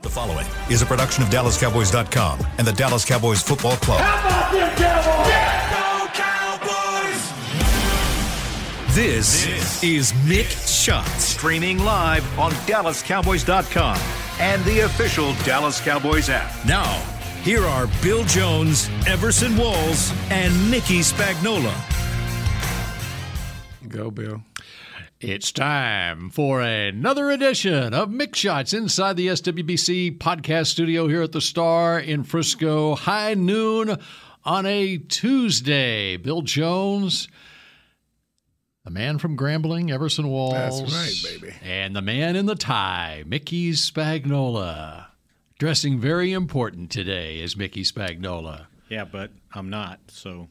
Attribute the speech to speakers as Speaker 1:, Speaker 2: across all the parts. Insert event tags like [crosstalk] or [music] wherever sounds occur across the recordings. Speaker 1: The following is a production of DallasCowboys.com and the Dallas Cowboys Football Club.
Speaker 2: How about them Cowboys?
Speaker 3: This, is Mick Shots.
Speaker 4: Streaming live on DallasCowboys.com and the official Dallas Cowboys app.
Speaker 3: Now, here are Bill Jones, Everson Walls, and Nikki Spagnola.
Speaker 5: Go, Bill.
Speaker 6: It's time for another edition of Mix Shots inside the SWBC podcast studio here at the Star in Frisco. High noon on a Tuesday. Bill Jones, the man from Grambling, Everson Walls.
Speaker 5: That's right, baby.
Speaker 6: And the man in the tie, Mickey Spagnola. Dressing very important today is Mickey Spagnola.
Speaker 7: Yeah, but I'm not.
Speaker 6: [laughs]
Speaker 7: So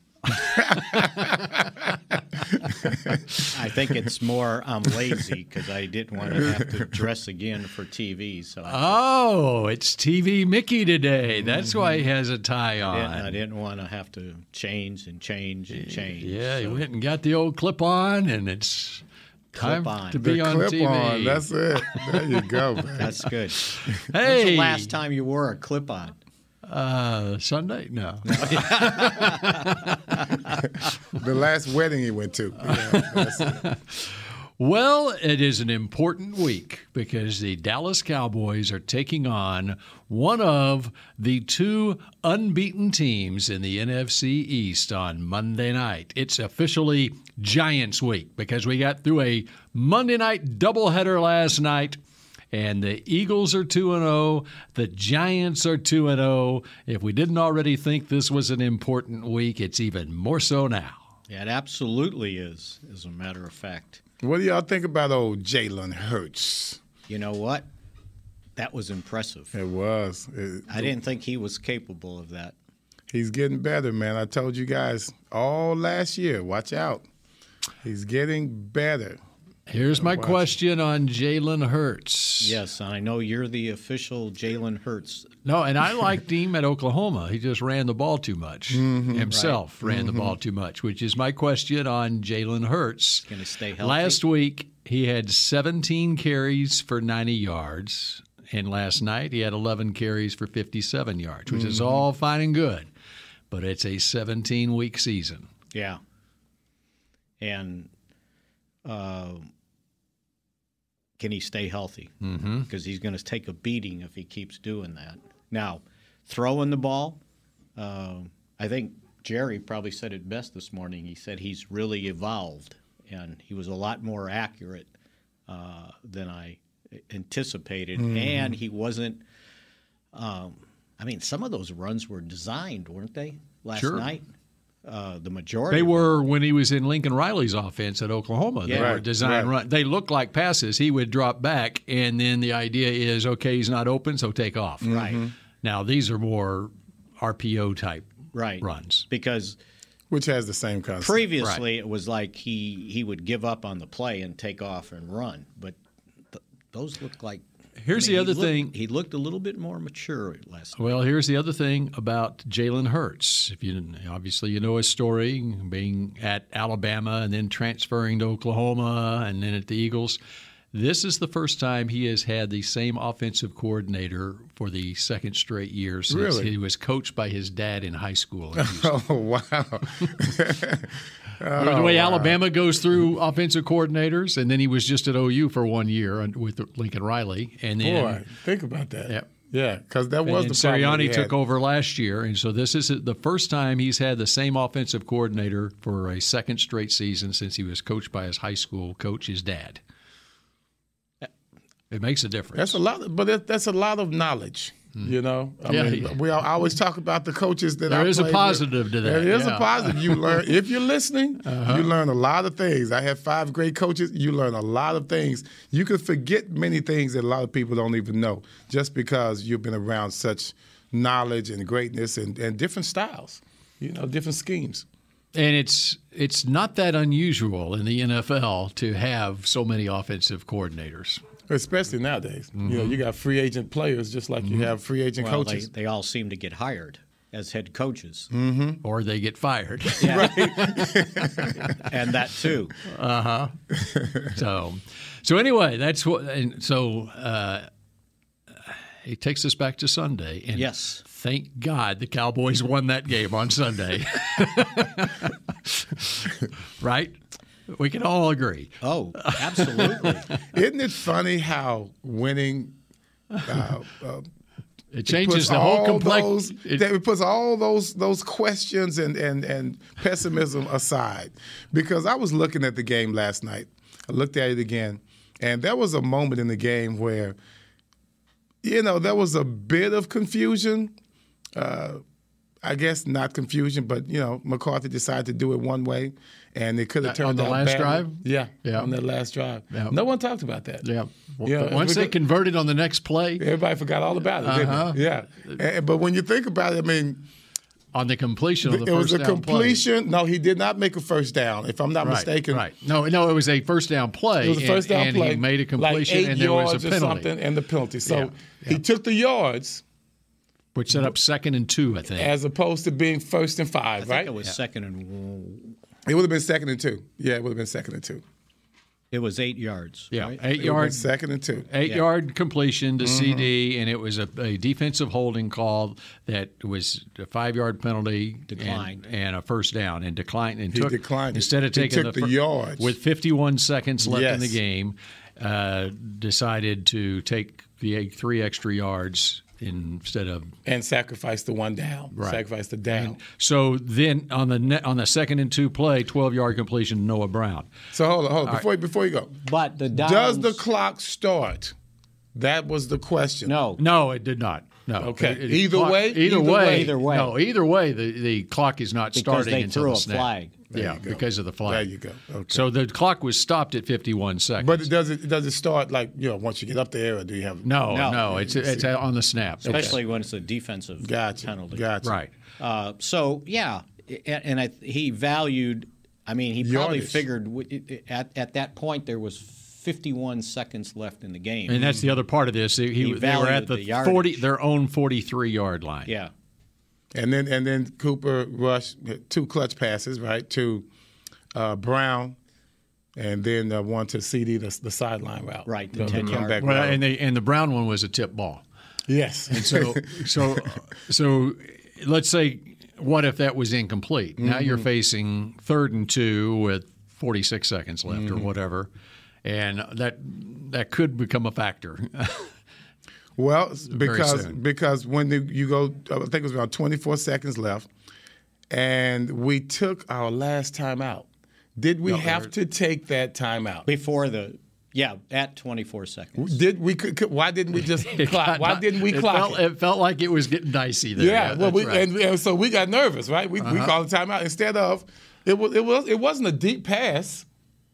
Speaker 7: I think it's more I'm lazy because I didn't want to have to dress again for TV. So I,
Speaker 6: Oh, it's TV Mickey today. That's why he
Speaker 5: Mm-hmm.
Speaker 6: has a tie on.
Speaker 7: didn't, I didn't want to have to change and change and change.
Speaker 6: Yeah, you
Speaker 7: so
Speaker 6: went and got the old clip on, and it's time
Speaker 7: Clip-on.
Speaker 6: to be on
Speaker 5: Clip
Speaker 6: TV.
Speaker 5: on. That's it. There you go,
Speaker 6: [laughs]
Speaker 5: man.
Speaker 7: that's good.
Speaker 6: hey,
Speaker 7: The last time you wore a clip on.
Speaker 6: uh, Sunday? No,
Speaker 5: the last wedding he went
Speaker 6: [laughs]
Speaker 5: to. Yeah, that's it.
Speaker 6: Well, it is an important week because the Dallas Cowboys are taking on one of the two unbeaten teams in the NFC East on Monday night. It's officially Giants week because we got through a Monday night doubleheader last night. And the Eagles are 2 and 0, the Giants are 2 and 0. If we didn't already think this was an important week, it's even more so now.
Speaker 7: Yeah, it absolutely is, as a matter of fact.
Speaker 5: What do y'all think about old Jalen Hurts?
Speaker 7: You know what? That was impressive.
Speaker 5: It was. It-
Speaker 7: I didn't think he was capable of that.
Speaker 5: he's getting better, man. I told you guys all last year. Watch out. He's getting better.
Speaker 6: Here's my question on Jalen Hurts.
Speaker 7: Yes, and I know you're the official Jalen Hurts
Speaker 6: No, and I liked him at Oklahoma. He just ran the ball too much
Speaker 5: Mm-hmm.
Speaker 6: himself. Ran the ball too much, which is my question on Jalen Hurts.
Speaker 7: Gonna stay healthy?
Speaker 6: Last week he had 17 carries for 90 yards, and last night he had 11 carries for 57 yards, which
Speaker 5: Mm-hmm.
Speaker 6: is all fine and good, but it's a 17-week season.
Speaker 7: Yeah. And uh, can he stay healthy? Because he's going to take a beating if he keeps doing that. Now, throwing the ball, uh, I think Jerry probably said it best this morning. He said he's really evolved, and he was a lot more accurate uh, than I uh, anticipated. And he wasn't. Um, I mean, some of those runs were designed, weren't they? Last
Speaker 6: Sure.
Speaker 7: night, uh, the majority.
Speaker 6: They
Speaker 7: of them.
Speaker 6: were when he was in Lincoln Riley's offense at Oklahoma. They
Speaker 7: Yeah.
Speaker 6: were
Speaker 5: Right.
Speaker 6: design run. They looked like passes. He would drop back, and then the idea is, okay, he's not open, so take off.
Speaker 7: Right.
Speaker 6: Now these are more RPO type
Speaker 7: right
Speaker 6: runs.
Speaker 7: because
Speaker 5: Which has the same concept.
Speaker 7: previously it was like he he would give up on the play and take off and run but th- those look like
Speaker 6: Here's the
Speaker 7: he
Speaker 6: other
Speaker 7: looked-
Speaker 6: thing-
Speaker 7: he looked a little bit more mature last night.
Speaker 6: Well, here's the other thing about Jalen Hurts. If you didn't, obviously you know his story, being at Alabama and then transferring to Oklahoma and then at the Eagles. This is the first time he has had the same offensive coordinator for the second straight year since
Speaker 5: Really?
Speaker 6: he was coached by his dad in high
Speaker 5: [laughs]
Speaker 6: school. in Houston.
Speaker 5: [laughs] Oh, wow. Oh,
Speaker 6: the way Alabama goes through offensive coordinators, and then he was just at OU for one year and- with Lincoln Riley, and then
Speaker 5: Boy, think about that.
Speaker 6: Yep.
Speaker 5: Yeah, because that was
Speaker 6: and
Speaker 5: the problem he had.
Speaker 6: Sirianni took over last year, and so this is the first time he's had the same offensive coordinator for a second straight season since he was coached by his high school coach, his dad. It makes a difference.
Speaker 5: That's a lot, but that, that's a lot of knowledge. You know, I
Speaker 6: Mm-hmm. Yeah.
Speaker 5: mean, we al- I always talk about the coaches that
Speaker 6: There
Speaker 5: I
Speaker 6: is a
Speaker 5: played
Speaker 6: positive
Speaker 5: with.
Speaker 6: to that,
Speaker 5: There is
Speaker 6: yeah. Uh-huh.
Speaker 5: a positive. You learn if you're listening, you learn a lot of things. I had five great coaches. You learn a lot of things. You can forget many things that a lot of people don't even know just because you've been around such knowledge and greatness and, and different styles. You know, different schemes.
Speaker 6: and it's it's not that unusual in the NFL to have so many offensive coordinators.
Speaker 5: Especially nowadays, you know,
Speaker 6: Mm-hmm.
Speaker 5: you got free agent players just like you have free agent
Speaker 7: well they,
Speaker 5: coaches.
Speaker 7: they all seem to get hired as head coaches
Speaker 6: Mm. Or they get
Speaker 5: [laughs]
Speaker 6: fired.
Speaker 7: [laughs] and that too
Speaker 6: so, so anyway, that's what. And so, uh, it takes us back to Sunday. And
Speaker 7: Yes.
Speaker 6: Thank God the Cowboys won that game on Sunday. [laughs] right? We can all agree.
Speaker 7: Oh, absolutely.
Speaker 5: Isn't it funny how winning uh,
Speaker 6: [laughs]
Speaker 5: uh,
Speaker 6: It
Speaker 5: puts
Speaker 6: changes the whole
Speaker 5: all
Speaker 6: complex.
Speaker 5: those that it puts all those those questions and and and pessimism aside because I was looking at the game last night. I looked at it again, and there was a moment in the game where, you know, there was a bit of confusion. Uh, I guess not confusion, but you know, McCarthy decided to do it one way, and it could have
Speaker 6: On
Speaker 5: turned
Speaker 6: the
Speaker 5: out
Speaker 6: last
Speaker 5: badly.
Speaker 6: drive?
Speaker 5: Yeah,
Speaker 6: Yeah.
Speaker 5: on that last drive.
Speaker 6: Yeah.
Speaker 5: No one talked about that.
Speaker 6: Yeah.
Speaker 5: Yeah,
Speaker 6: But Once
Speaker 5: we
Speaker 6: they
Speaker 5: go-
Speaker 6: converted on the next play,
Speaker 5: Everybody forgot all about it. didn't
Speaker 6: Uh-huh.
Speaker 5: they? Yeah, And- but when you think about it, I mean,
Speaker 6: on the completion of the
Speaker 5: it was
Speaker 6: first
Speaker 5: a
Speaker 6: down play.
Speaker 5: completion. No, he did not make a first down, if I'm not
Speaker 6: Right,
Speaker 5: mistaken.
Speaker 6: Right. No, no, it was a first down play.
Speaker 5: It was a first
Speaker 6: and,
Speaker 5: down
Speaker 6: and
Speaker 5: play.
Speaker 6: he made a completion
Speaker 5: like eight
Speaker 6: and there was
Speaker 5: yards
Speaker 6: a
Speaker 5: or
Speaker 6: penalty,
Speaker 5: something, and the penalty. So
Speaker 6: Yeah,
Speaker 5: he took the yards
Speaker 6: which set up second and two, I think.
Speaker 5: as opposed to being first and five,
Speaker 7: I
Speaker 5: right?
Speaker 7: think it was second and
Speaker 5: It would have been second and two. Yeah, it would have been second and two.
Speaker 7: it was eight yards.
Speaker 6: yeah.
Speaker 7: right?
Speaker 5: It
Speaker 6: Eight
Speaker 5: would have been
Speaker 6: yards.
Speaker 5: second and two.
Speaker 6: Eight
Speaker 7: Yeah.
Speaker 6: yard completion to
Speaker 5: Mm-hmm.
Speaker 6: CD, and it was a, a defensive holding call that was a five yard penalty and-
Speaker 7: Declined.
Speaker 6: and, a first down and declined and
Speaker 5: He
Speaker 6: took
Speaker 5: declined it.
Speaker 6: instead of
Speaker 5: He
Speaker 6: taking
Speaker 5: took
Speaker 6: the,
Speaker 5: the
Speaker 6: fir-
Speaker 5: yards.
Speaker 6: with 51 seconds left in the
Speaker 5: Yes.
Speaker 6: game, uh, decided to take the eight- three extra yards instead of
Speaker 5: And sacrifice the one down.
Speaker 6: Right.
Speaker 5: Sacrifice the down.
Speaker 6: So then on the net, on the second and two play, twelve yard completion, Noah Brown.
Speaker 5: so hold on, hold on. Before, you before you go,
Speaker 7: But the
Speaker 5: does
Speaker 7: downs,
Speaker 5: the clock start? That was the question.
Speaker 7: no
Speaker 6: No, it did not. No.
Speaker 5: Okay.
Speaker 6: It- it-
Speaker 5: Either
Speaker 6: clock-
Speaker 5: way?
Speaker 6: Either,
Speaker 5: Either
Speaker 6: way.
Speaker 5: way.
Speaker 7: Either way.
Speaker 6: No. Either way, the, the clock is not
Speaker 7: because
Speaker 6: starting
Speaker 7: they
Speaker 6: until
Speaker 7: threw
Speaker 6: the
Speaker 7: a
Speaker 6: snap.
Speaker 7: flag.
Speaker 6: yeah, because of the flag.
Speaker 5: There you go. Okay.
Speaker 6: So the clock was stopped at fifty one seconds.
Speaker 5: But it does it does it start like you know once you get up there or do you have
Speaker 6: no, no,
Speaker 7: No.
Speaker 6: it's it's on the snap.
Speaker 7: especially when it's a defensive
Speaker 5: Gotcha.
Speaker 7: penalty.
Speaker 5: Gotcha.
Speaker 6: Right.
Speaker 7: Uh, so yeah, a- and I, he valued. I mean, he probably
Speaker 5: Yardage.
Speaker 7: figured w- at at that point there was 51 seconds left in the game.
Speaker 6: And that's the other part of this. He, he- they were
Speaker 7: valued
Speaker 6: at the,
Speaker 7: the yardage.
Speaker 6: forty, their own forty-three yard line.
Speaker 7: yeah,
Speaker 5: And then and then Cooper Rush two clutch passes right to uh, Brown, and then uh, one to CD the, the sideline route.
Speaker 7: Right, the
Speaker 5: the,
Speaker 7: 10 yard.
Speaker 5: comeback
Speaker 6: Well,
Speaker 5: route.
Speaker 6: and they, and the brown one was a tip ball. [laughs]
Speaker 5: yes, and
Speaker 6: So, so, so, let's say, what if that was incomplete? Now you're facing third and two with 46 seconds left, or whatever, and that that could become a factor.
Speaker 5: [laughs] well s- because
Speaker 6: soon.
Speaker 5: because when the, you go, I think it was around twenty four seconds left, and we took our last timeout. Did we have to take that timeout?
Speaker 7: before the yeah at 24 seconds.
Speaker 5: Did we? Could, could, why didn't we just clock? Why didn't we
Speaker 6: [laughs] it
Speaker 5: clock?
Speaker 6: Felt,
Speaker 5: it?
Speaker 6: it felt like it was getting dicey there.
Speaker 5: Yeah, well,
Speaker 6: that's
Speaker 5: we,
Speaker 6: right. Uh-huh.
Speaker 5: and, and so we got nervous, right? We, we called a timeout instead of it was it was it wasn't a deep pass,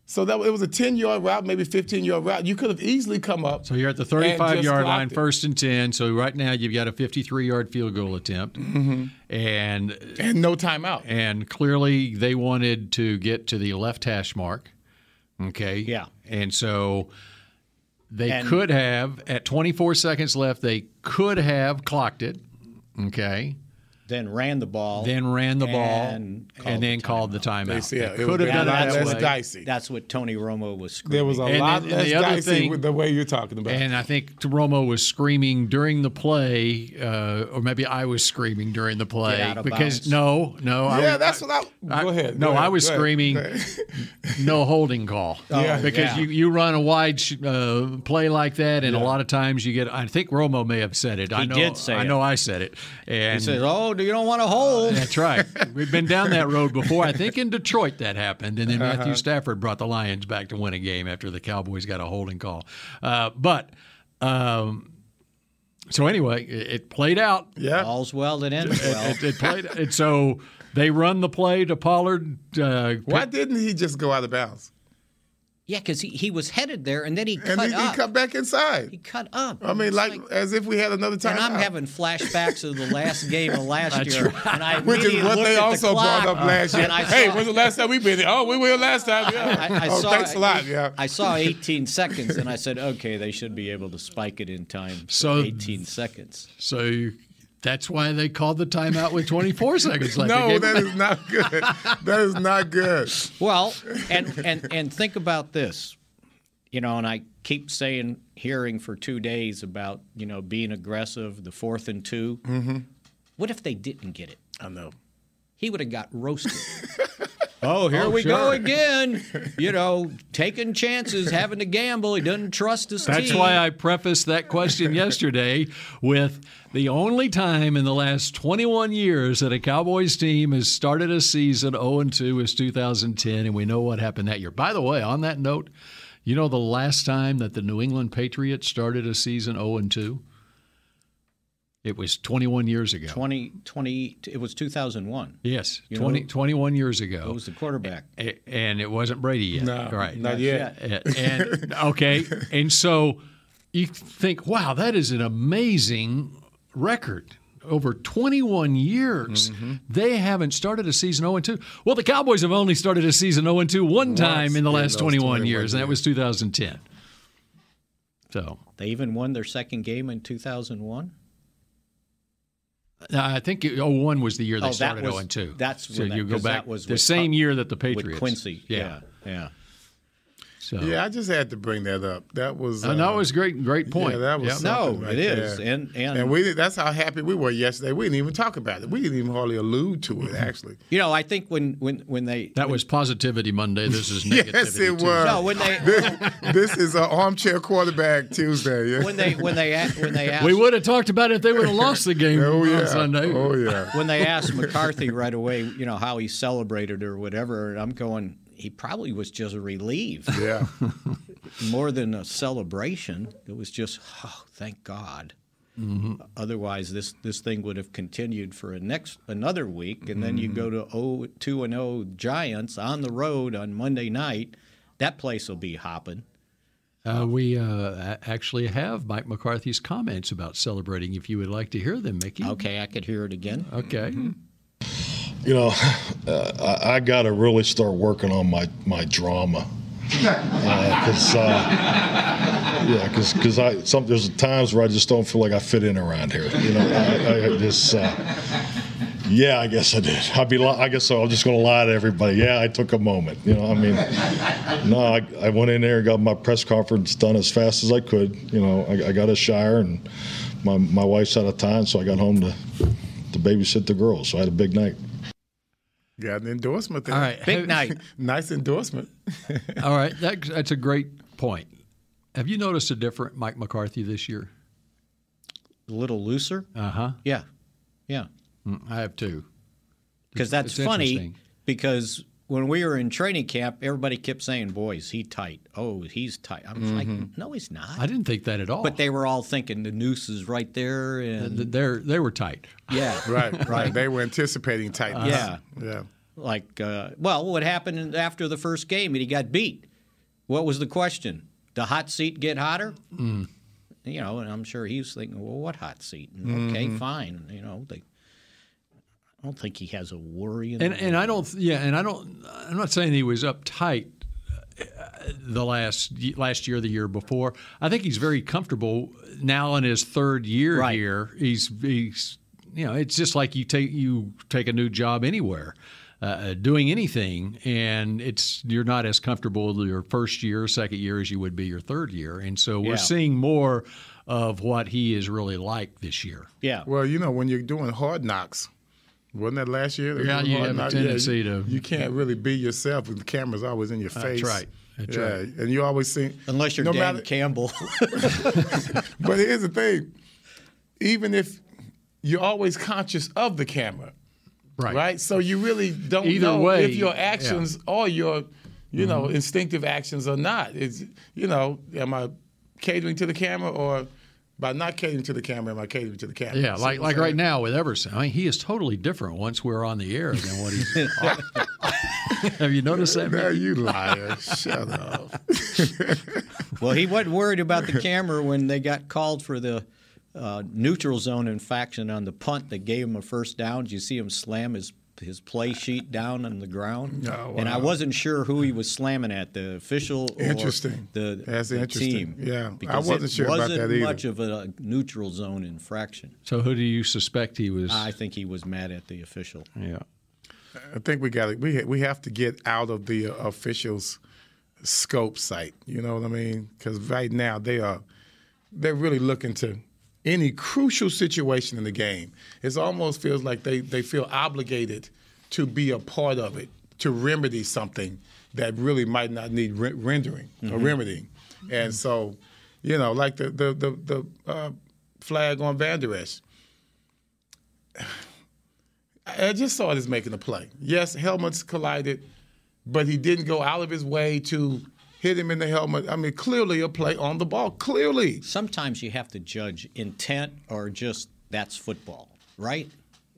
Speaker 5: so that it was a ten yard route, maybe fifteen yard route. You could have easily come up.
Speaker 6: So you're at the
Speaker 5: and just
Speaker 6: 35 yard line,
Speaker 5: clocked it.
Speaker 6: first and 10. So right now you've got a 53 yard field goal attempt.
Speaker 5: Mm-hmm.
Speaker 6: And
Speaker 5: and no timeout.
Speaker 6: and clearly they wanted to get to the left hash mark. Okay.
Speaker 7: Yeah.
Speaker 6: And so they
Speaker 7: And-
Speaker 6: could have, at 24 seconds left, they could have clocked it. Okay.
Speaker 7: Then ran the ball.
Speaker 6: Then ran the ball
Speaker 7: And
Speaker 6: and,
Speaker 7: called
Speaker 6: then
Speaker 7: the
Speaker 6: called the timeout.
Speaker 5: see, yeah,
Speaker 6: They
Speaker 5: it
Speaker 6: could
Speaker 5: was
Speaker 6: have done
Speaker 5: bad.
Speaker 6: it
Speaker 7: Now,
Speaker 5: That's
Speaker 6: that
Speaker 5: less
Speaker 6: way.
Speaker 5: dicey.
Speaker 7: That's what Tony Romo was screaming.
Speaker 5: There was a
Speaker 6: And
Speaker 5: lot
Speaker 6: then- and
Speaker 5: less
Speaker 6: the other
Speaker 5: dicey
Speaker 6: thing-
Speaker 5: with the way you're talking about.
Speaker 6: And I think Romo was screaming during the play, uh, or maybe I was screaming during the play
Speaker 7: out of
Speaker 6: because
Speaker 7: bounds.
Speaker 6: no, no, I
Speaker 5: yeah,
Speaker 6: was-
Speaker 5: that's what I,
Speaker 6: I-
Speaker 5: Go ahead.
Speaker 6: No,
Speaker 5: go ahead,
Speaker 6: I was
Speaker 5: go ahead.
Speaker 6: screaming, no holding call.
Speaker 5: Yeah.
Speaker 6: Because
Speaker 7: Oh, yeah.
Speaker 6: you, you run a wide sh- uh, play like that, and a lot of times you get. I think Romo may have said it. I
Speaker 7: He
Speaker 6: know,
Speaker 7: did say
Speaker 6: I
Speaker 7: it.
Speaker 6: know I said it. And
Speaker 7: He says, "Oh, you don't want to hold."
Speaker 6: that's right. We've been down that road before. I think in Detroit that happened, and then
Speaker 7: Uh-huh.
Speaker 6: Matthew Stafford brought the Lions back to win a game after the Cowboys got a holding call. Uh, but um, so anyway, it, it played out.
Speaker 5: [laughs] [laughs] Yeah,
Speaker 7: All's well that ends
Speaker 5: [laughs]
Speaker 7: well.
Speaker 6: It, it played. It, so they run the play to Pollard. Uh,
Speaker 5: why didn't he just go out of bounds
Speaker 7: yeah, because he, he was headed there, and then he
Speaker 5: and
Speaker 7: cut
Speaker 5: he, he
Speaker 7: up.
Speaker 5: come back
Speaker 7: he
Speaker 5: inside?
Speaker 7: cut up.
Speaker 5: I mean,
Speaker 7: It's
Speaker 5: like, as if we had another timeout. [laughs]
Speaker 7: And I'm having flashbacks of the last game of last year. And I
Speaker 5: [laughs] Which is
Speaker 7: immediately
Speaker 5: what
Speaker 7: looked
Speaker 5: they
Speaker 7: at the
Speaker 5: also brought
Speaker 7: clock,
Speaker 5: up last year.
Speaker 7: and I
Speaker 5: Hey,
Speaker 7: saw-
Speaker 5: when's the last time we been here? Oh, we were last time. Yeah.
Speaker 7: I, I
Speaker 5: [laughs] oh,
Speaker 7: saw,
Speaker 5: thanks a lot. Yeah.
Speaker 7: I saw 18 seconds, and I said, "Okay, they should be able to spike it in time." for
Speaker 6: So-
Speaker 7: 18 seconds.
Speaker 6: So that's why they called the timeout with [laughs] 24 seconds left. They
Speaker 5: no,
Speaker 6: gave-
Speaker 5: that is not
Speaker 7: [laughs]
Speaker 5: good. that is not good.
Speaker 7: Well, and and and think about this: you know, and I keep saying, hearing for two days about, you know, being aggressive, the fourth and 2 Mm-hmm. What if they didn't get it?
Speaker 5: I know.
Speaker 7: He would have got roasted. oh, here we go again. You know, taking chances, having to gamble. He doesn't trust his team.
Speaker 6: That's why I prefaced that [laughs] question yesterday with the only time in the last 21 years that a Cowboys team has started a season 0 and 2 is 2010, and we know what happened that year. By the way, on that note, you know the last time that the New England Patriots started a season 0 and 2? It was 21 years ago.
Speaker 7: 20, 20, it was 2001.
Speaker 6: Yes,
Speaker 7: You
Speaker 6: 20,
Speaker 7: know-
Speaker 6: 21 years ago.
Speaker 7: It was the quarterback.
Speaker 6: A- and it wasn't Brady yet.
Speaker 5: No,
Speaker 6: right?
Speaker 5: not yet.
Speaker 6: And, and- okay, and so you think, wow, that is an amazing record. Over 21 years,
Speaker 7: Mm-hmm.
Speaker 6: they haven't started a season 0 2. Well, the Cowboys have only started a season 0 2 one time in the
Speaker 5: in
Speaker 6: last
Speaker 5: those
Speaker 6: 21
Speaker 5: 21
Speaker 6: years, and that was 2010. So
Speaker 7: They even won their second game in 2001.
Speaker 6: I think it, 01 was the year they
Speaker 7: Oh, that
Speaker 6: started
Speaker 7: was-
Speaker 6: 0 2.
Speaker 7: that's
Speaker 6: so
Speaker 7: when that-
Speaker 6: you go
Speaker 7: 'cause
Speaker 6: back
Speaker 7: that was
Speaker 6: the
Speaker 7: with
Speaker 6: same
Speaker 7: Cu-
Speaker 6: year that the Patriots
Speaker 7: With Quincy. Yeah. Yeah.
Speaker 6: So
Speaker 5: Yeah, I just had to bring that up. That was.
Speaker 6: and that was great great point.
Speaker 5: Yeah, that was
Speaker 6: Yep.
Speaker 5: something
Speaker 7: No,
Speaker 5: right
Speaker 7: it is.
Speaker 5: there.
Speaker 7: And- and-
Speaker 5: we did- that's how happy we were yesterday. We didn't even talk about it. We didn't even hardly allude to it actually.
Speaker 7: You know, I think when, when, when they.
Speaker 6: That was Positivity Monday. This
Speaker 7: [laughs]
Speaker 6: is negativity.
Speaker 5: yes, it
Speaker 6: Tuesday.
Speaker 5: was.
Speaker 7: no, when they. [laughs]
Speaker 5: this is an armchair quarterback Tuesday. Yeah.
Speaker 7: when they when they a- when they asked
Speaker 6: We would have talked about it if they would have lost the game
Speaker 5: oh
Speaker 6: on
Speaker 5: yeah.
Speaker 6: Sunday.
Speaker 5: [laughs] Oh yeah.
Speaker 7: when they asked McCarthy right away, you know how he celebrated or whatever. I'm going. He probably was just relieved
Speaker 5: Yeah.
Speaker 7: more than a celebration. It was just, oh, thank God. Mm-hmm. Otherwise, this this thing would have continued for a next another week, and then you go to 0, 2 and 0 Giants on the road on Monday night. That place will be hopping.
Speaker 6: Uh, we uh, a- actually have Mike McCarthy's comments about celebrating. If you would like to hear them, Mickey.
Speaker 7: Okay, I could hear it again.
Speaker 6: Okay.
Speaker 2: You know, [laughs] uh, I, I got to really start working on my my drama. Because, uh, yeah, because I some there's times where I just don't feel like I fit in around here. You know, I, I just. Uh, yeah, I guess I did. I'd be. Li- I guess I'm just gonna lie to everybody. Yeah, I took a moment. You know, I mean, no, I, I went in there and got my press conference done as fast as I could. You know, I, I got a shire and my my wife's out of town, so I got home to to babysit the girls. So I had a big night.
Speaker 5: Got an endorsement there.
Speaker 6: All right.
Speaker 7: Big night.
Speaker 5: [laughs] Nice endorsement.
Speaker 6: [laughs] All right. That, that's a great point. Have you noticed a different Mike McCarthy this year?
Speaker 7: A little looser.
Speaker 6: Uh huh.
Speaker 7: Yeah, yeah.
Speaker 6: I have too.
Speaker 7: Because that's
Speaker 6: it's
Speaker 7: funny.
Speaker 6: interesting.
Speaker 7: Because when we were in training camp, everybody kept saying, "Boys, he tight. Oh, he's tight." I'm like, "No, he's not."
Speaker 6: Mm-hmm. I didn't think that at all.
Speaker 7: But they were all thinking the noose is right there, and
Speaker 6: Th- they're they were tight. [laughs]
Speaker 7: yeah,
Speaker 5: Right. Right. they were anticipating tightness.
Speaker 7: yeah.
Speaker 5: Yeah.
Speaker 7: Like, uh, well, what happened in- after the first game? And he got beat. What was the question? The hot seat get hotter?
Speaker 6: Mm.
Speaker 7: You know, and I'm sure he was thinking, well, what hot seat? And, Okay,
Speaker 6: Mm-hmm.
Speaker 7: fine. You know, they, I don't think he has a worry. In
Speaker 6: And
Speaker 7: the
Speaker 6: and I don't yeah, and I don't I'm not saying he was uptight uh, the last y- last year the year before. I think he's very comfortable now in his third year
Speaker 7: Right.
Speaker 6: here. He's he's you know, it's just like you take you take a new job anywhere. Uh, doing anything, and it's you're not as comfortable your first year, second year as you would be your third year, and so we're
Speaker 7: Yeah.
Speaker 6: seeing more of what he is really like this year.
Speaker 7: yeah.
Speaker 5: Well, you know, when you're doing hard knocks, wasn't that last year?
Speaker 6: Yeah,
Speaker 5: Hard
Speaker 6: you have a
Speaker 5: Knocks? Yeah, you-
Speaker 6: tendency to-
Speaker 5: You can't really be yourself, and the camera's always in your face.
Speaker 6: right. That's
Speaker 5: yeah,
Speaker 6: right.
Speaker 5: and you always see.
Speaker 7: Unless you're
Speaker 5: no
Speaker 7: Dan
Speaker 5: matter- [laughs]
Speaker 7: Campbell.
Speaker 5: But here's the thing: even if you're always conscious of the camera, right? So you really don't
Speaker 6: Either
Speaker 5: know
Speaker 6: way,
Speaker 5: if your
Speaker 6: yeah. Mm-hmm.
Speaker 5: actions or your, you know, instinctive actions or not. It's you know, am I catering to the camera or? By not catering to the camera, am I catering to the camera?
Speaker 6: Yeah,
Speaker 5: See [laughs]
Speaker 6: like
Speaker 5: what I'm
Speaker 6: like right
Speaker 5: saying?
Speaker 6: now with Everson, I mean, he is totally different once we're on the air than what he's. [laughs] Have you noticed that?
Speaker 5: Now
Speaker 6: man?
Speaker 5: you
Speaker 6: [laughs]
Speaker 5: liar! Shut up.
Speaker 7: Well, he wasn't worried about the camera when they got called for the uh, neutral zone infraction on the punt that gave him a first down. Did you see him slam his his play sheet down on the ground?
Speaker 5: Oh,
Speaker 7: And I
Speaker 5: wow.
Speaker 7: wasn't sure who he was slamming at, the official or
Speaker 5: Interesting.
Speaker 7: the,
Speaker 5: That's
Speaker 7: the
Speaker 5: interesting.
Speaker 7: team.
Speaker 5: Yeah. I
Speaker 7: Because
Speaker 5: wasn't
Speaker 7: it
Speaker 5: sure about
Speaker 7: wasn't
Speaker 5: that either.
Speaker 7: much of a neutral zone infraction.
Speaker 6: So who do you suspect he was?
Speaker 7: I think he was mad at the official.
Speaker 6: yeah.
Speaker 5: I think we got to we ha- we have to get out of the uh, officials scope site. You know what I mean? Because right now they are they're really looking to any crucial situation in the game. It almost feels like they, they feel obligated to be a part of it to remedy something that really might not need re- rendering or remedying. And so, you know, like the the the, the uh, flag on Van Der Esch. I I just saw it as making a play. Yes, helmets collided, but he didn't go out of his way to hit him in the helmet. I mean, clearly a play on the ball. Clearly.
Speaker 7: Sometimes you have to judge intent or just that's football, right?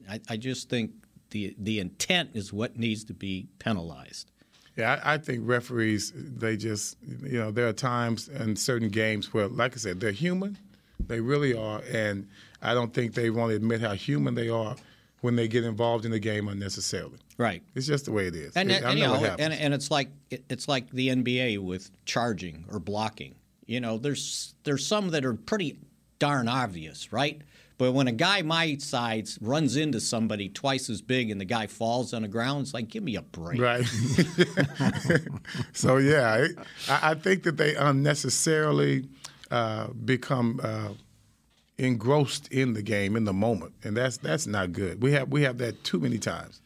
Speaker 7: I, I just think the the intent is what needs to be penalized.
Speaker 5: Yeah, I, I think referees, they just, you know, there are times in certain games where, like I said, they're human. They really are. And I don't think they want to admit how human they are when they get involved in the game unnecessarily.
Speaker 7: Right.
Speaker 5: It's just the way it is.
Speaker 7: And,
Speaker 5: It-
Speaker 7: and,
Speaker 5: I
Speaker 7: you
Speaker 5: know it
Speaker 7: know,
Speaker 5: happens.
Speaker 7: and, and it's like it's like the NBA with charging or blocking. You know, there's there's some that are pretty darn obvious, right? But when a guy my size runs into somebody twice as big and the guy falls on the ground, it's like, give me a break.
Speaker 5: Right. [laughs] so yeah, it, I, I think that they unnecessarily uh, become uh, engrossed in the game in the moment, and that's that's not good. We have we have that too many times.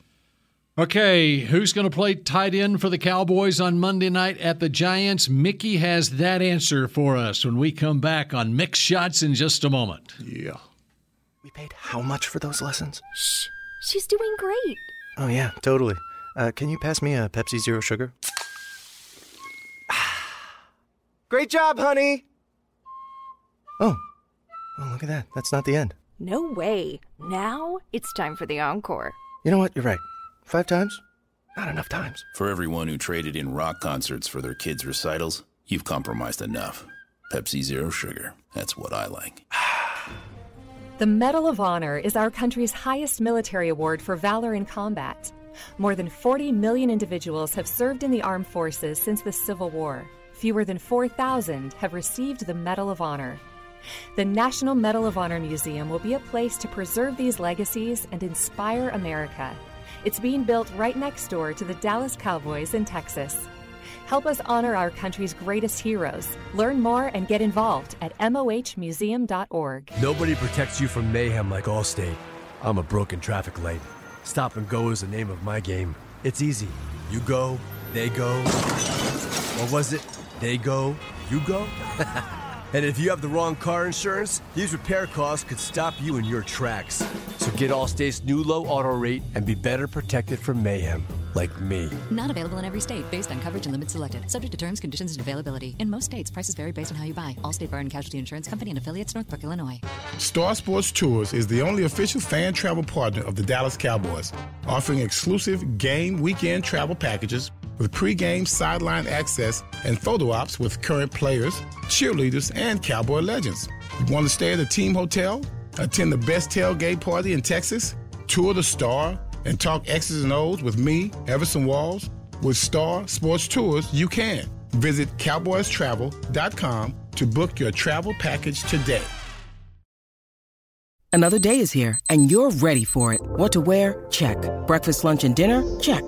Speaker 6: Okay, who's going to play tight end for the Cowboys on Monday night at the Giants? Mickey has that answer for us when we come back on Mixed Shots in just a moment.
Speaker 5: Yeah.
Speaker 8: We paid how much for those lessons?
Speaker 9: She's doing great.
Speaker 8: Oh, yeah, totally. Uh, can you pass me a Pepsi Zero Sugar? [sighs] Great job, honey! Oh. Oh, look at that. That's not the end.
Speaker 9: No way. Now it's time for the encore.
Speaker 8: You know what? You're right. Five times? Not enough times.
Speaker 10: For everyone who traded in rock concerts for their kids' recitals, you've compromised enough. Pepsi Zero Sugar. That's what I like.
Speaker 2: The Medal of Honor is our country's highest military award for valor in combat. More than 40 million individuals have served in the armed forces since the Civil War. Fewer than 4,000 have received the Medal of Honor. The National Medal of Honor Museum will be a place to preserve these legacies and inspire America. It's being built right next door to the Dallas Cowboys in Texas. Help us honor our country's greatest heroes. Learn more and get involved at mohmuseum.org.
Speaker 11: Nobody protects you from mayhem like Allstate. I'm a broken traffic light. Stop and go is the name of my game. It's easy. You go, they go. What was it? They go, you go? and if you have the wrong car insurance, these repair costs could stop you in your tracks. So get Allstate's new low auto rate and be better protected from mayhem like me.
Speaker 2: Not available in every state based on coverage and limits selected. Subject to terms, conditions, and availability. In most states, prices vary based on how you buy. Allstate Bar and Casualty Insurance Company and affiliates, Northbrook, Illinois.
Speaker 5: Star Sports Tours is the only official fan travel partner of the Dallas Cowboys, offering exclusive game weekend travel packages with pregame sideline access and photo ops with current players, cheerleaders, and Cowboy legends. You want to stay at a team hotel, attend the best tailgate party in Texas, tour the Star, and talk X's and O's with me, Everson Walls? With Star Sports Tours, you can. Visit cowboystravel.com to book your travel package today.
Speaker 11: Another day is here, and you're ready for it. What to wear? Check. Breakfast, lunch, and dinner? Check.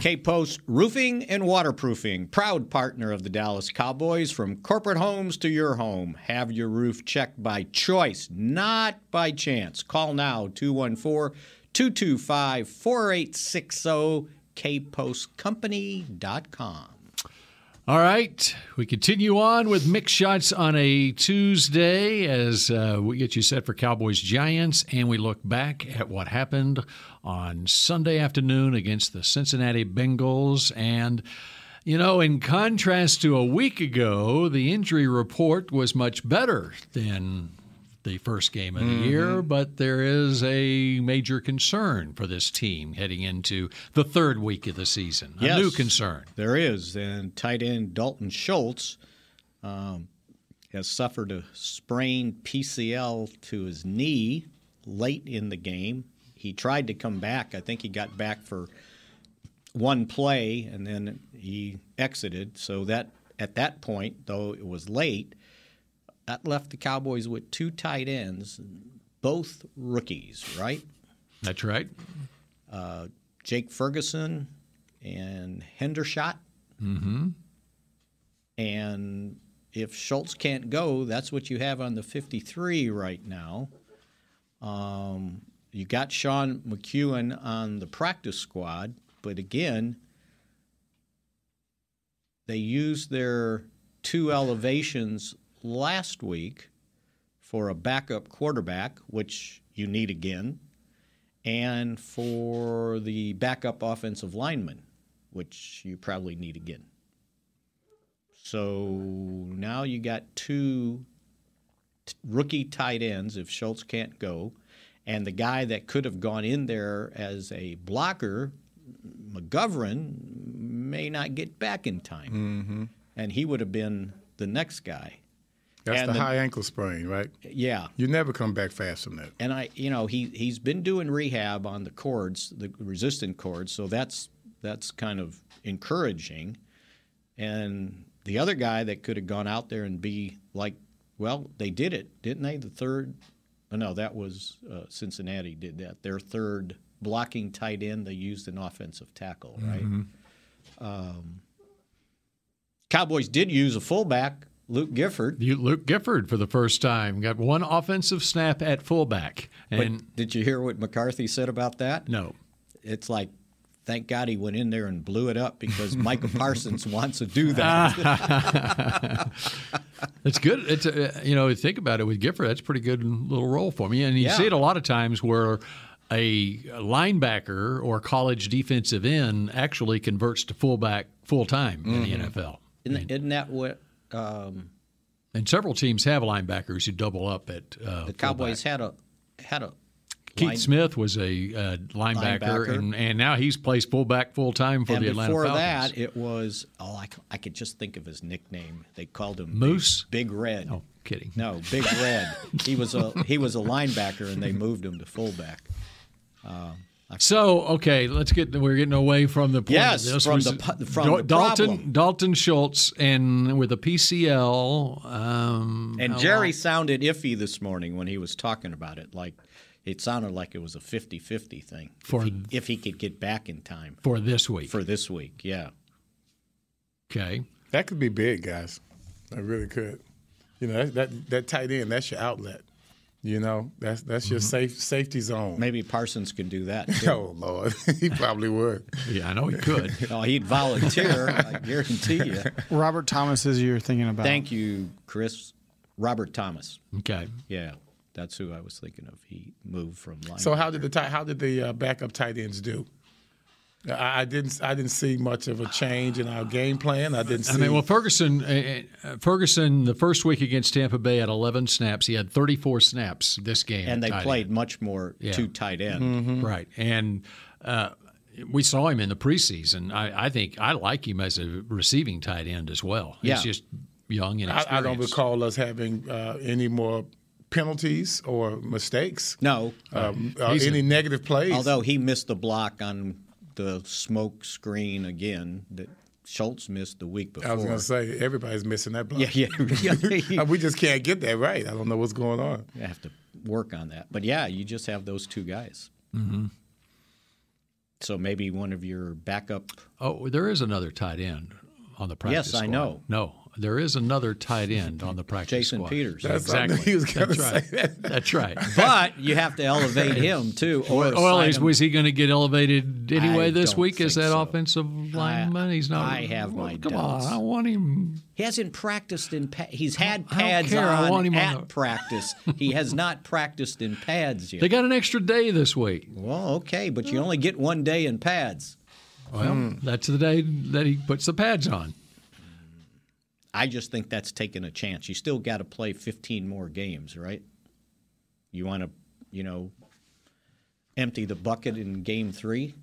Speaker 7: K Post Roofing and Waterproofing, proud partner of the Dallas Cowboys from corporate homes to your home. Have your roof checked by choice, not by chance. Call now 214 225 4860 kpostcompany.com.
Speaker 6: All right, we continue on with mixed shots on a Tuesday as uh, we get you set for Cowboys Giants, and we look back at what happened on Sunday afternoon against the Cincinnati Bengals. And, you know, in contrast to a week ago, the injury report was much better than the first game of the year, but there is a major concern for this team heading into the third week of the season. A new concern.
Speaker 7: There is. And tight end Dalton Schultz um, has suffered a sprained PCL to his knee late in the game. He tried to come back. I think he got back for one play and then he exited. So that at that point, though it was late, that left the Cowboys with two tight ends, both rookies, right?
Speaker 6: That's right.
Speaker 7: Uh, Jake Ferguson and Hendershot.
Speaker 6: Mm-hmm.
Speaker 7: And if Schultz can't go, that's what you have on the 53 right now. Um, you got Sean McEwen on the practice squad, but again, they used their two elevations last week for a backup quarterback, which you need again, and for the backup offensive lineman, which you probably need again. So now you got two t- rookie tight ends if Schultz can't go, and the guy that could have gone in there as a blocker, McGovern, may not get back in time,
Speaker 5: Mhm.
Speaker 7: and he would have been the next guy.
Speaker 5: That's
Speaker 7: And
Speaker 5: the
Speaker 7: the-
Speaker 5: high ankle sprain, right?
Speaker 7: Yeah.
Speaker 5: You never come back fast from that.
Speaker 7: And I, you know, he he's been doing rehab on the cords, the resistant cords, so that's that's kind of encouraging. And the other guy that could have gone out there and be like, well, they did it, didn't they? The third, oh, no, that was uh, Cincinnati did that. Their third blocking tight end, they used an offensive tackle, right?
Speaker 12: Mhm.
Speaker 7: Um, Cowboys did use a fullback, Luke Gifford.
Speaker 6: You, Luke Gifford for the first time got one offensive snap at fullback, and
Speaker 7: but did you hear what McCarthy said about that?
Speaker 6: No.
Speaker 7: It's like, thank God he went in there and blew it up
Speaker 6: [laughs]
Speaker 7: because Michael Parsons wants to do
Speaker 6: Ah.
Speaker 7: that.
Speaker 6: It's good. It's uh, you know, think about it with Gifford. That's a pretty good little role for me, and you
Speaker 7: Yeah.
Speaker 6: see it a lot of times where a linebacker or college defensive end actually converts to fullback full time
Speaker 7: Mm-hmm.
Speaker 6: in the NFL.
Speaker 7: isn't, isn't that what um,
Speaker 6: And several teams have linebackers who double up at uh,
Speaker 7: the Cowboys had a had a
Speaker 6: Keith
Speaker 7: line-
Speaker 6: Smith was a uh, linebacker,
Speaker 7: Linebacker.
Speaker 6: And, and now he's plays fullback full time for
Speaker 7: and
Speaker 6: the Atlanta
Speaker 7: before
Speaker 6: Falcons.
Speaker 7: that it was oh I, c- I could just think of his nickname they called him
Speaker 6: Moose?
Speaker 7: Big, Big Red
Speaker 6: Oh, kidding.
Speaker 7: no Big Red he was a he was a linebacker and they moved him to fullback um,
Speaker 6: So okay, let's get. We're getting away from the point.
Speaker 7: Yes,
Speaker 6: of this
Speaker 7: from
Speaker 6: was
Speaker 7: the pu- from the
Speaker 6: Dalton
Speaker 7: problem.
Speaker 6: Dalton Schultz and with a PCL. Um,
Speaker 7: And
Speaker 6: how
Speaker 7: Jerry sounded iffy this morning when he was talking about it. Like it sounded like it was a 50-50 thing.
Speaker 6: For-
Speaker 7: if, he, if he could get back in time
Speaker 6: long? for this week.
Speaker 7: for this week, yeah.
Speaker 6: Okay.
Speaker 5: That could be big, guys. That really could. You know, that that, that tight end, that's your outlet. You know, that's that's your safe safety zone.
Speaker 7: Mm-hmm. Maybe Parsons could do that.
Speaker 5: [laughs] oh Lord, [laughs] he probably would.
Speaker 6: Yeah, I know he could.
Speaker 7: [laughs] No, he'd volunteer. I
Speaker 5: [laughs]
Speaker 7: guarantee you.
Speaker 13: Robert Thomas is you're thinking about.
Speaker 7: Thank you, Chris. Robert Thomas.
Speaker 6: Okay.
Speaker 7: Yeah, that's who I was thinking of. He moved from line.
Speaker 5: So how did the tight, how did the uh, backup tight ends do? I, I didn't I didn't see much of a change in our game plan. I didn't. See,
Speaker 6: I mean, well, Ferguson, uh, uh, Ferguson, the first week against Tampa Bay had 11 snaps. He had 34 snaps this game.
Speaker 7: and they
Speaker 6: at tight
Speaker 7: played hmm. much more
Speaker 6: Yeah.
Speaker 7: two tight end.
Speaker 5: Mm-hmm.
Speaker 6: end. right, and uh, we saw him in the preseason. I, I think I like him as a receiving tight end as well.
Speaker 5: Yeah.
Speaker 6: He's just young and
Speaker 5: I,
Speaker 6: experienced.
Speaker 5: I don't recall us having uh, any more penalties or mistakes.
Speaker 7: No.
Speaker 5: Um, uh, any negative plays.
Speaker 7: Although he missed the block on the smoke screen again that Schultz missed the week before.
Speaker 5: I was going to say everybody's missing that block.
Speaker 7: [laughs] Yeah, yeah,
Speaker 5: [laughs]
Speaker 7: yeah.
Speaker 5: we just can't get that right. I don't know what's going on.
Speaker 7: You have to work on that. But yeah, you just have those two guys.
Speaker 5: Mm-hmm.
Speaker 6: Mhm.
Speaker 7: So maybe one of your backup.
Speaker 6: Oh, there is another tight end on the practice.
Speaker 7: Yes, I
Speaker 6: squad.
Speaker 7: know.
Speaker 6: No, there is another tight end on the practice
Speaker 7: Jason
Speaker 6: squad.
Speaker 7: Peters. That's- I knew
Speaker 6: exactly.
Speaker 7: he was gonna
Speaker 6: That's right.
Speaker 7: say that.
Speaker 6: That's right.
Speaker 7: [laughs] But you have to elevate him too. Or
Speaker 6: well,
Speaker 7: sign
Speaker 6: is,
Speaker 7: him.
Speaker 6: was he going to get elevated anyway
Speaker 7: I
Speaker 6: this
Speaker 7: don't
Speaker 6: week? Is
Speaker 7: think
Speaker 6: that
Speaker 7: so.
Speaker 6: offensive lineman? He's not.
Speaker 7: I have
Speaker 6: well,
Speaker 7: my
Speaker 6: Come
Speaker 7: doubts.
Speaker 6: on, I want him.
Speaker 7: He hasn't practiced in. Pa- he's had
Speaker 6: don't
Speaker 7: pads
Speaker 6: care. I
Speaker 7: on
Speaker 6: want him on
Speaker 7: at
Speaker 6: the-
Speaker 7: practice.
Speaker 6: [laughs]
Speaker 7: he has not practiced in pads yet.
Speaker 6: They got an extra day this week.
Speaker 7: well, okay, but you only get one day in pads.
Speaker 6: Well,
Speaker 7: Hmm.
Speaker 6: that's the day that he puts the pads on.
Speaker 7: I just think that's taking a chance. You still got to play 15 more games, right? You want to, you know, empty the bucket in game three?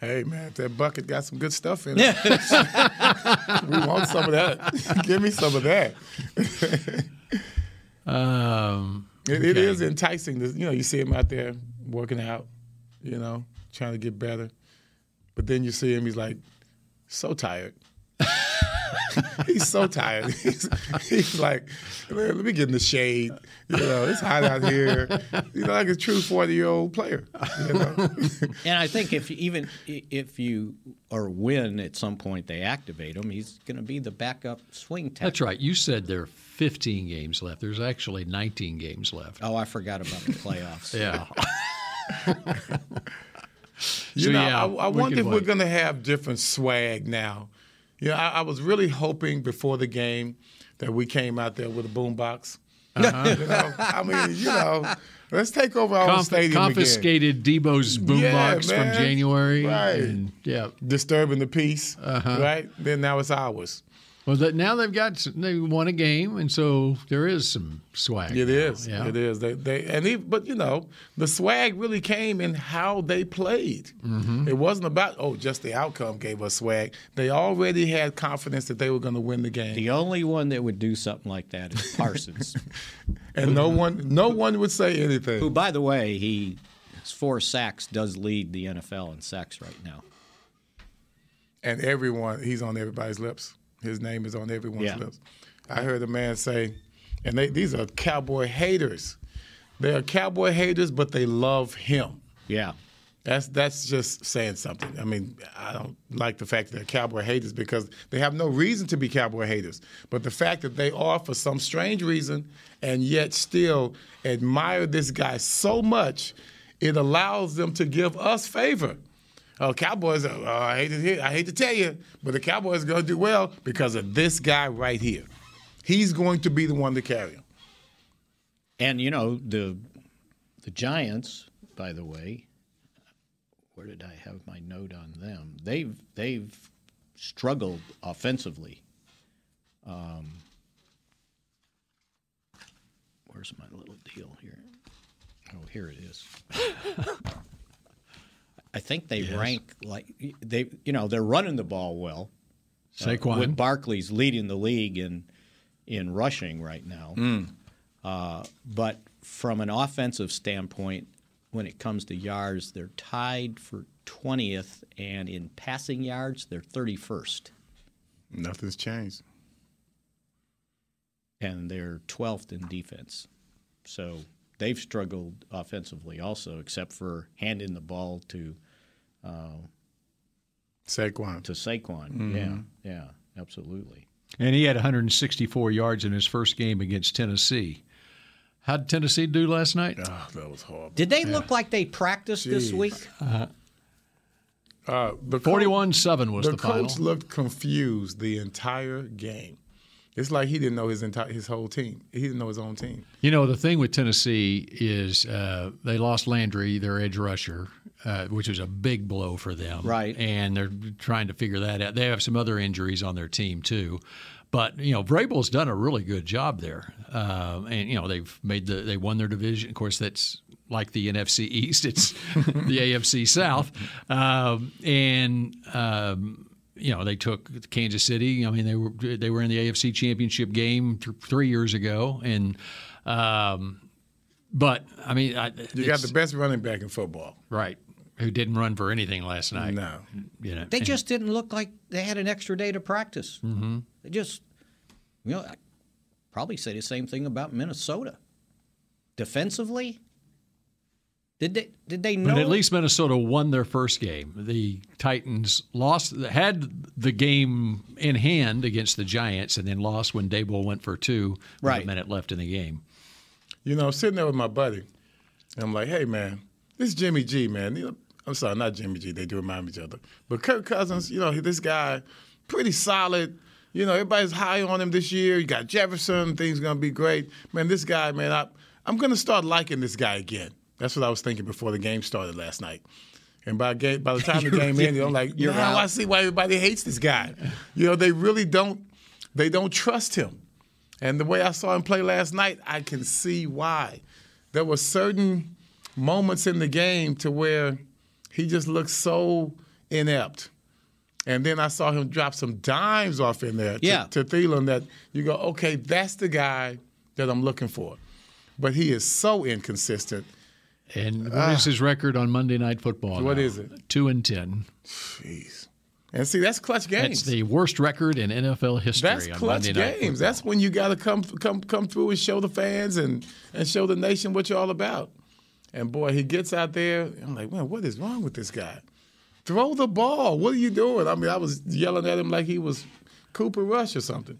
Speaker 5: Hey man, that bucket got some good stuff in it. [laughs] we want some of that. [laughs] Give me some of that.
Speaker 6: Um,
Speaker 5: It, it
Speaker 6: okay.
Speaker 5: is enticing. to- You know, you see him out there working out, you know, trying to get better. But then you see him, he's like, so tired. [laughs] he's so tired. [laughs] He's, he's like, "Man, let me get in the shade. You know, it's hot out here. You know, like a true 40 year old player. You know?
Speaker 7: And I think if you- even i- if you or when at some point they activate him, he's going to be the backup swing tackle.
Speaker 6: That's right. You said there are 15 games left. There's actually 19 games left.
Speaker 7: Oh, I forgot about the
Speaker 6: [laughs]
Speaker 7: playoffs.
Speaker 6: yeah.
Speaker 5: [laughs] You
Speaker 6: So,
Speaker 5: know,
Speaker 6: yeah,
Speaker 5: I, I
Speaker 6: we
Speaker 5: wonder
Speaker 6: could
Speaker 5: if we're
Speaker 6: wait.
Speaker 5: going to have different swag now. You know, I, I was really hoping before the game that we came out there with a boombox. [laughs] You know, I mean, you know, let's take over our
Speaker 6: Uh-huh. Conf-
Speaker 5: stadium again.
Speaker 6: confiscated Debo's
Speaker 5: Yeah,
Speaker 6: boombox from
Speaker 5: man.
Speaker 6: January.
Speaker 5: Right.
Speaker 6: and- yeah.
Speaker 5: Disturbing the peace,
Speaker 6: Uh-huh.
Speaker 5: right? Then now it's ours.
Speaker 6: Well, that, now they've got they won a game, and so there is some swag.
Speaker 5: It is.
Speaker 6: Yeah.
Speaker 5: It is. They, they and even, but you know, the swag really came in how they played.
Speaker 6: Mm-hmm.
Speaker 5: It wasn't about oh, just the outcome gave us swag. They already had confidence that they were going to win the game.
Speaker 7: The only one that would do something like that is Parsons. [laughs]
Speaker 5: and no one, no one would say anything.
Speaker 7: Who, by the way, he his four sacks does lead the NFL in sacks right now.
Speaker 5: and everyone he's on everybody's lips. His name is on everyone's
Speaker 7: Yeah.
Speaker 5: lips. I heard a man say, and they, these are cowboy haters. They are cowboy haters, but they love him.
Speaker 7: Yeah.
Speaker 5: That's that's just saying something. I mean, I don't like the fact that they're cowboy haters because they have no reason to be cowboy haters. But the fact that they are for some strange reason and yet still admire this guy so much, it allows them to give us favor. Oh, Cowboys! uh, uh, I hate to hear- I hate to tell you, but the Cowboys are going to do well because of this guy right here. He's going to be the one to carry him.
Speaker 7: And you know the the Giants, by the way, where did I have my note on them? They've they've struggled offensively. Um, where's my little deal here? Oh, here it is. [laughs] I think they
Speaker 6: Yes.
Speaker 7: rank like they you know they're running the ball well. Uh,
Speaker 6: Saquon.
Speaker 7: with Barkley's leading the league in in rushing right now.
Speaker 6: Mm.
Speaker 7: Uh, but from an offensive standpoint, when it comes to yards, they're tied for 20th, and in passing yards, they're 31st,
Speaker 5: Nothing's changed.
Speaker 7: and they're 12th in defense. So they've struggled offensively also, except for handing the ball to uh,
Speaker 5: Saquon.
Speaker 7: To Saquon, yeah,
Speaker 6: Mhm.
Speaker 7: yeah, absolutely.
Speaker 6: And he had 164 yards in his first game against Tennessee. How did Tennessee do last night?
Speaker 5: Ah, that was horrible.
Speaker 7: Did they look like they practiced this
Speaker 6: Jeez.
Speaker 7: week?
Speaker 5: Uh, the
Speaker 6: 41-7 was the
Speaker 5: coach
Speaker 6: final.
Speaker 5: looked confused the entire game. It's like he didn't know his entire his whole team. He didn't know his own team.
Speaker 6: You know, the thing with Tennessee is uh, they lost Landry, their edge rusher, uh, which was a big blow for them. Right. And they're trying to figure that out. They have some other injuries on their team, too. But, you know, Vrabel's done a really good job there. Um, and, you know, they've made the, they won their division. Of course, that's like the NFC East, it's [laughs] the AFC South. Um, and, um, you know they took Kansas City. I mean they were they were in the AFC Championship game th- three years ago, and um, but I mean I,
Speaker 5: You got the best running back in football.
Speaker 6: right who didn't run for anything last night.
Speaker 5: No,
Speaker 6: you know
Speaker 7: They just didn't look like they had an extra day to practice.
Speaker 6: Mhm.
Speaker 7: They just, you know, I probably say the same thing about Minnesota. Defensively, did they did they know?
Speaker 6: But at least Minnesota won their first game. The Titans lost, had the game in hand against the Giants, and then lost when Dable went for two with a minute left in the game.
Speaker 5: You know, I'm sitting there with my buddy, and I'm like, "Hey, man, this is Jimmy G, man. You know, I'm sorry, not Jimmy G. They do remind each other, but Kirk Cousins. You know, this guy, pretty solid. You know, everybody's high on him this year. You got Jefferson. Things gonna be great, man. This guy, man, I, I'm gonna start liking this guy again. That's what I was thinking before the game started last night. And by game, by the time the
Speaker 2: You're-
Speaker 5: game ended, I'm like,
Speaker 2: you're
Speaker 5: now
Speaker 2: out."
Speaker 5: I see why everybody hates this guy. You know, they really don't, they don't trust him. And the way I saw him play last night, I can see why. there were certain moments in the game to where he just looked so inept. And then I saw him drop some dimes off in there to,
Speaker 7: Yeah.
Speaker 5: to Thielen that you go, okay, that's the guy that I'm looking for. But he is so inconsistent.
Speaker 6: And what is
Speaker 5: Ah.
Speaker 6: his record on Monday Night Football?
Speaker 5: What
Speaker 6: now?
Speaker 5: is it?
Speaker 6: Two and ten.
Speaker 5: Jeez. And see, that's clutch games.
Speaker 6: That's the worst record in NFL history.
Speaker 5: That's
Speaker 6: on
Speaker 5: clutch
Speaker 6: Monday Night
Speaker 5: games. That's when you got to come come come through and show the fans and and show the nation what you're all about. And boy, he gets out there. I'm like, man, what is wrong with this guy? Throw the ball. What are you doing? I mean, I was yelling at him like he was Cooper Rush or something.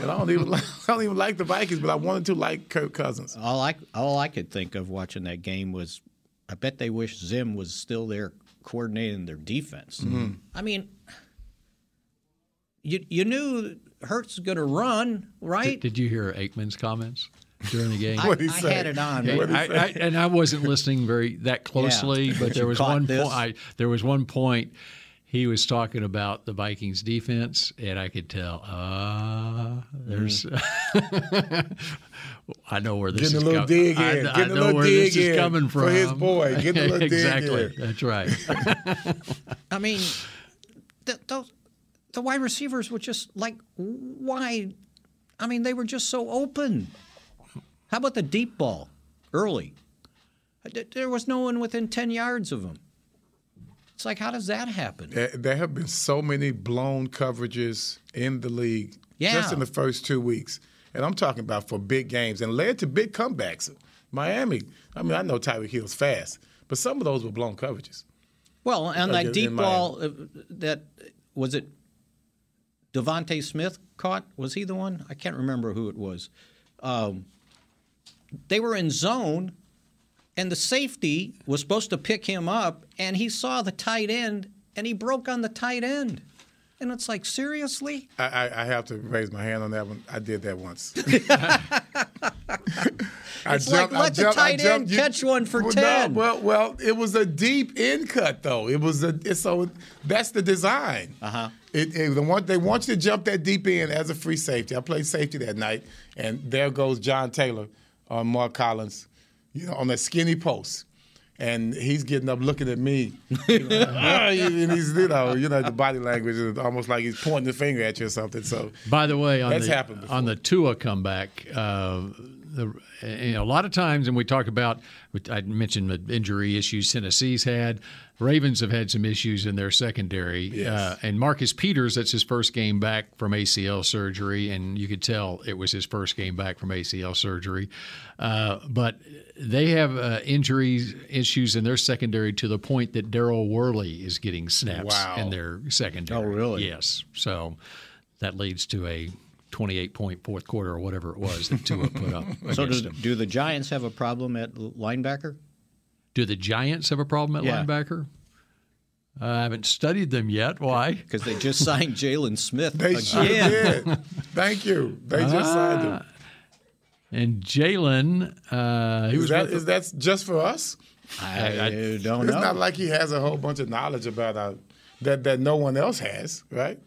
Speaker 5: And I don't even [laughs] like, I don't even like the Vikings, but I wanted to like Kirk
Speaker 7: [laughs]
Speaker 5: Cousins.
Speaker 7: All I all I could think of watching that game was, I bet they wish Zim was still there coordinating their defense.
Speaker 12: Mhm.
Speaker 7: I mean, you you knew Hertz is going to run,
Speaker 6: Football.
Speaker 7: right?
Speaker 6: Did, did you hear Aikman's comments during
Speaker 5: [laughs]
Speaker 6: the game?
Speaker 7: I- What'd he I say? had it on,
Speaker 6: Hey,
Speaker 7: but-
Speaker 6: I, I, and I wasn't listening very that
Speaker 7: [laughs]
Speaker 6: closely,
Speaker 7: Yeah.
Speaker 6: but there
Speaker 7: You
Speaker 6: was
Speaker 7: caught
Speaker 6: one
Speaker 7: this?
Speaker 6: point. I, there was one point. He was talking about the Vikings defense, and I could tell. Uh, there's.
Speaker 7: Mm-hmm.
Speaker 6: [laughs] I know where this
Speaker 5: Getting
Speaker 6: is
Speaker 5: a little
Speaker 6: com-
Speaker 5: dig
Speaker 6: I,
Speaker 5: in.
Speaker 6: I
Speaker 5: Getting a
Speaker 6: know
Speaker 5: little
Speaker 6: where
Speaker 5: dig
Speaker 6: this is
Speaker 5: in
Speaker 6: coming from
Speaker 5: for his
Speaker 6: [laughs]
Speaker 5: boy. Getting a little dig
Speaker 6: exactly.
Speaker 5: in.
Speaker 6: That's right.
Speaker 7: I mean, the, those the wide receivers were just like why? I mean, they were just so open. How about the deep ball early? Th- There was no one within ten yards of them. It's like, how does that happen?
Speaker 5: There, Eh, there have been so many blown coverages in the league
Speaker 7: Yeah.
Speaker 5: just in the first two weeks. And I'm talking about for big games and led to big comebacks. Miami, I mean, I know Tyreek Hill's fast, but some of those were blown coverages.
Speaker 7: Well, and
Speaker 5: Like
Speaker 7: that
Speaker 5: in-
Speaker 7: deep
Speaker 5: in Miami.
Speaker 7: ball uh, that was it. Devonte Smith caught. Was he the one? I can't remember who it was. Um, they were in zone, and the safety was supposed to pick him up, and he saw the tight end, and he broke on the tight end, and it's like seriously.
Speaker 5: I, I, I have to raise my hand on that one. I did that
Speaker 7: [laughs]
Speaker 5: once. I
Speaker 7: It's like, let the tight end catch one for
Speaker 5: well,
Speaker 7: 10.
Speaker 5: No, well, well, it was a deep end cut though. It was a it's so that's the design. Uh huh. It, it- they want they want you to jump that deep end as a free safety. I played safety that night, and there goes John Taylor on Mark Collins, you know, on that skinny post. And he's getting up, looking at me, you know, [laughs] "Ah," and he's you know, you know, the body language is almost like he's pointing the finger at you or something. So
Speaker 6: By the way, on
Speaker 5: That's
Speaker 6: the
Speaker 5: happened
Speaker 6: on the Tua comeback, uh, the, you know, a lot of times, and we talk about I mentioned the injury issues Tennessee's had. Ravens have had some issues in their secondary, uh, and Marcus Peters. That's his first game back from ACL surgery, and you could tell it was his first game back from ACL surgery. Uh, but they have uh, injuries issues in their secondary to the point that Daryl Worley is getting snaps
Speaker 5: Wow.
Speaker 6: in their secondary. Oh, really? Yes. So that leads to a 28 point fourth quarter or whatever it was that Tua put up against
Speaker 7: [laughs] So do,
Speaker 6: him.
Speaker 7: do the Giants have a problem at l- linebacker?
Speaker 6: Do the Giants have a problem at
Speaker 7: Yeah.
Speaker 6: linebacker? I haven't studied them yet. Why?
Speaker 7: Because they [laughs] just signed Jalen Smith
Speaker 5: They sure
Speaker 7: again.
Speaker 5: did. Thank you. They just signed him.
Speaker 6: Ah. And Jalen, uh, he
Speaker 5: Is
Speaker 6: was
Speaker 5: that
Speaker 6: with
Speaker 5: is that just for us?
Speaker 6: I- I I-
Speaker 7: don't
Speaker 5: it's
Speaker 7: know.
Speaker 5: not like he has a whole bunch of knowledge about our, that that no one else has, right?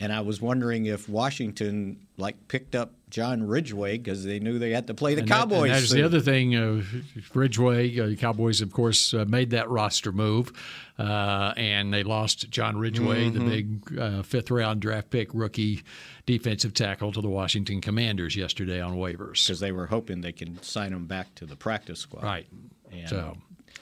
Speaker 7: And I was wondering if Washington like picked up John Ridgeway because they knew they had to play the
Speaker 6: And that- and
Speaker 7: Cowboys.
Speaker 6: that's
Speaker 7: soon.
Speaker 6: the other thing. Uh, Ridgeway, uh, the Cowboys, of course, uh, made that roster move, uh, and they lost John Ridgeway, the
Speaker 14: Mhm.
Speaker 7: Mm-hmm.
Speaker 6: big uh, fifth round draft pick rookie defensive tackle, to the Washington Commanders yesterday on waivers because
Speaker 7: they were hoping they can sign him back to the practice squad.
Speaker 6: Right.
Speaker 7: And-
Speaker 6: so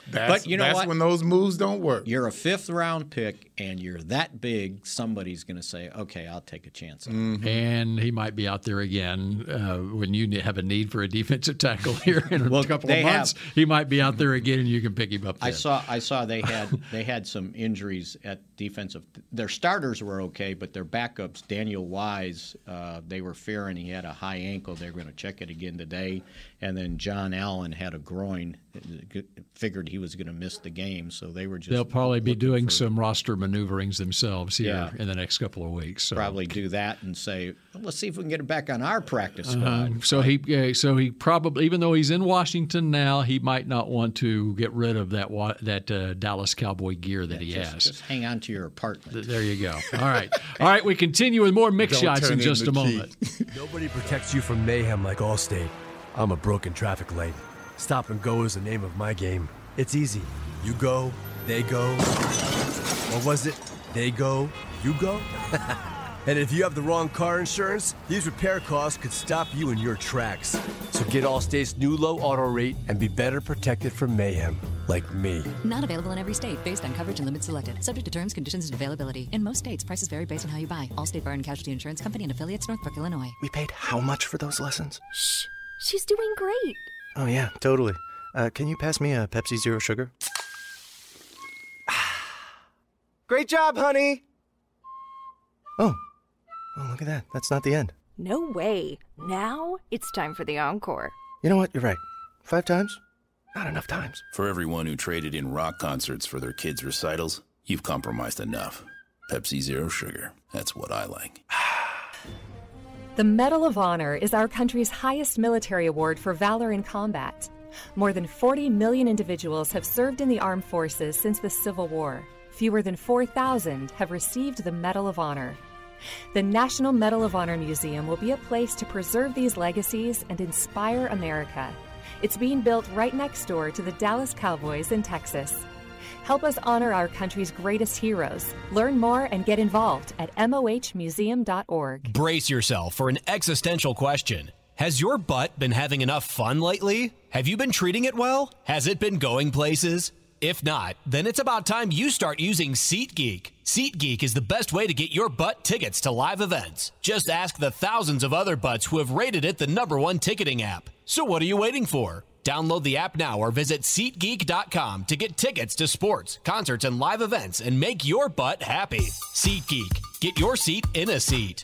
Speaker 5: That's- that's when those moves don't work.
Speaker 7: You're a fifth round pick, and you're that big. Somebody's going to say, "Okay, I'll take a chance." on it."
Speaker 6: And he might be out there again uh, when you have a need for a [laughs] defensive tackle here in a couple of
Speaker 7: they have-
Speaker 6: months. He might be out there again, and you can pick him up.
Speaker 7: I
Speaker 6: then.
Speaker 7: saw. I saw
Speaker 6: [laughs]
Speaker 7: they had they had some injuries at defensive. Their starters were okay, but their backups, Daniel Wise, uh, they were fearing he had a high ankle. They're going to check it again today, and then John Allen had a groin. Figured he was going to miss the game, so they were just
Speaker 6: They'll probably be doing some roster maneuverings themselves here
Speaker 7: Yeah.
Speaker 6: in the next couple of weeks. So.
Speaker 7: probably do that and say, "Let's see if we can get it back on our practice squad."
Speaker 6: Uh-huh. so he, uh, so he probably, even though he's in Washington now, he might not want to get rid of that wa- that uh, Dallas Cowboy gear that he
Speaker 7: Just,
Speaker 6: has.
Speaker 7: just hang on to your apartment.
Speaker 6: There you go. All right, all right. We continue with more mix
Speaker 15: Don't
Speaker 6: shots
Speaker 15: turn
Speaker 6: in just
Speaker 15: in
Speaker 6: a
Speaker 15: the key.
Speaker 6: moment.
Speaker 15: Nobody protects you from mayhem like Allstate. I'm a broken traffic light.
Speaker 12: Stop and go is the name of my game. It's easy. You go, they go. What was it? They go, you go? [laughs] and if you have the wrong car insurance, these repair costs could stop you in your tracks. So get Allstate's new low auto rate and be better protected from mayhem, like me.
Speaker 14: Not available in every state based on coverage and limits selected. Subject to terms, conditions, and availability. In most states, prices vary based on how you buy. Allstate Bar and Casualty Insurance Company and affiliates, Northbrook, Illinois.
Speaker 16: We paid how much for those lessons?
Speaker 17: Shh, she's doing great.
Speaker 16: Oh, yeah, totally. Uh, can you pass me a Pepsi Zero Sugar?
Speaker 15: Great job, honey.
Speaker 16: Oh. Oh, look at that. That's not the end.
Speaker 17: No way. Now it's time for the encore.
Speaker 16: You know what? You're right. Five times? Not enough times.
Speaker 10: For everyone who traded in rock concerts for their kids' recitals, you've compromised enough. Pepsi Zero Sugar. That's what I like.
Speaker 18: The Medal of Honor is our country's highest military award for valor in combat. More than 40 million individuals have served in the armed forces since the Civil War. Fewer than 4,000 have received the Medal of Honor. The National Medal of Honor Museum will be a place to preserve these legacies and inspire America. It's being built right next door to the Dallas Cowboys in Texas. Help us honor our country's greatest heroes. Learn more and get involved at mohmuseum.org.
Speaker 19: Brace yourself for an existential question. Has your butt been having enough fun lately? Have you been treating it well? Has it been going places? If not, then it's about time you start using SeatGeek. SeatGeek is the best way to get your butt tickets to live events. Just ask the thousands of other butts who have rated it the number one ticketing app. So what are you waiting for? Download the app now or visit SeatGeek.com to get tickets to sports, concerts, and live events and make your butt happy. SeatGeek. Get your seat in a seat.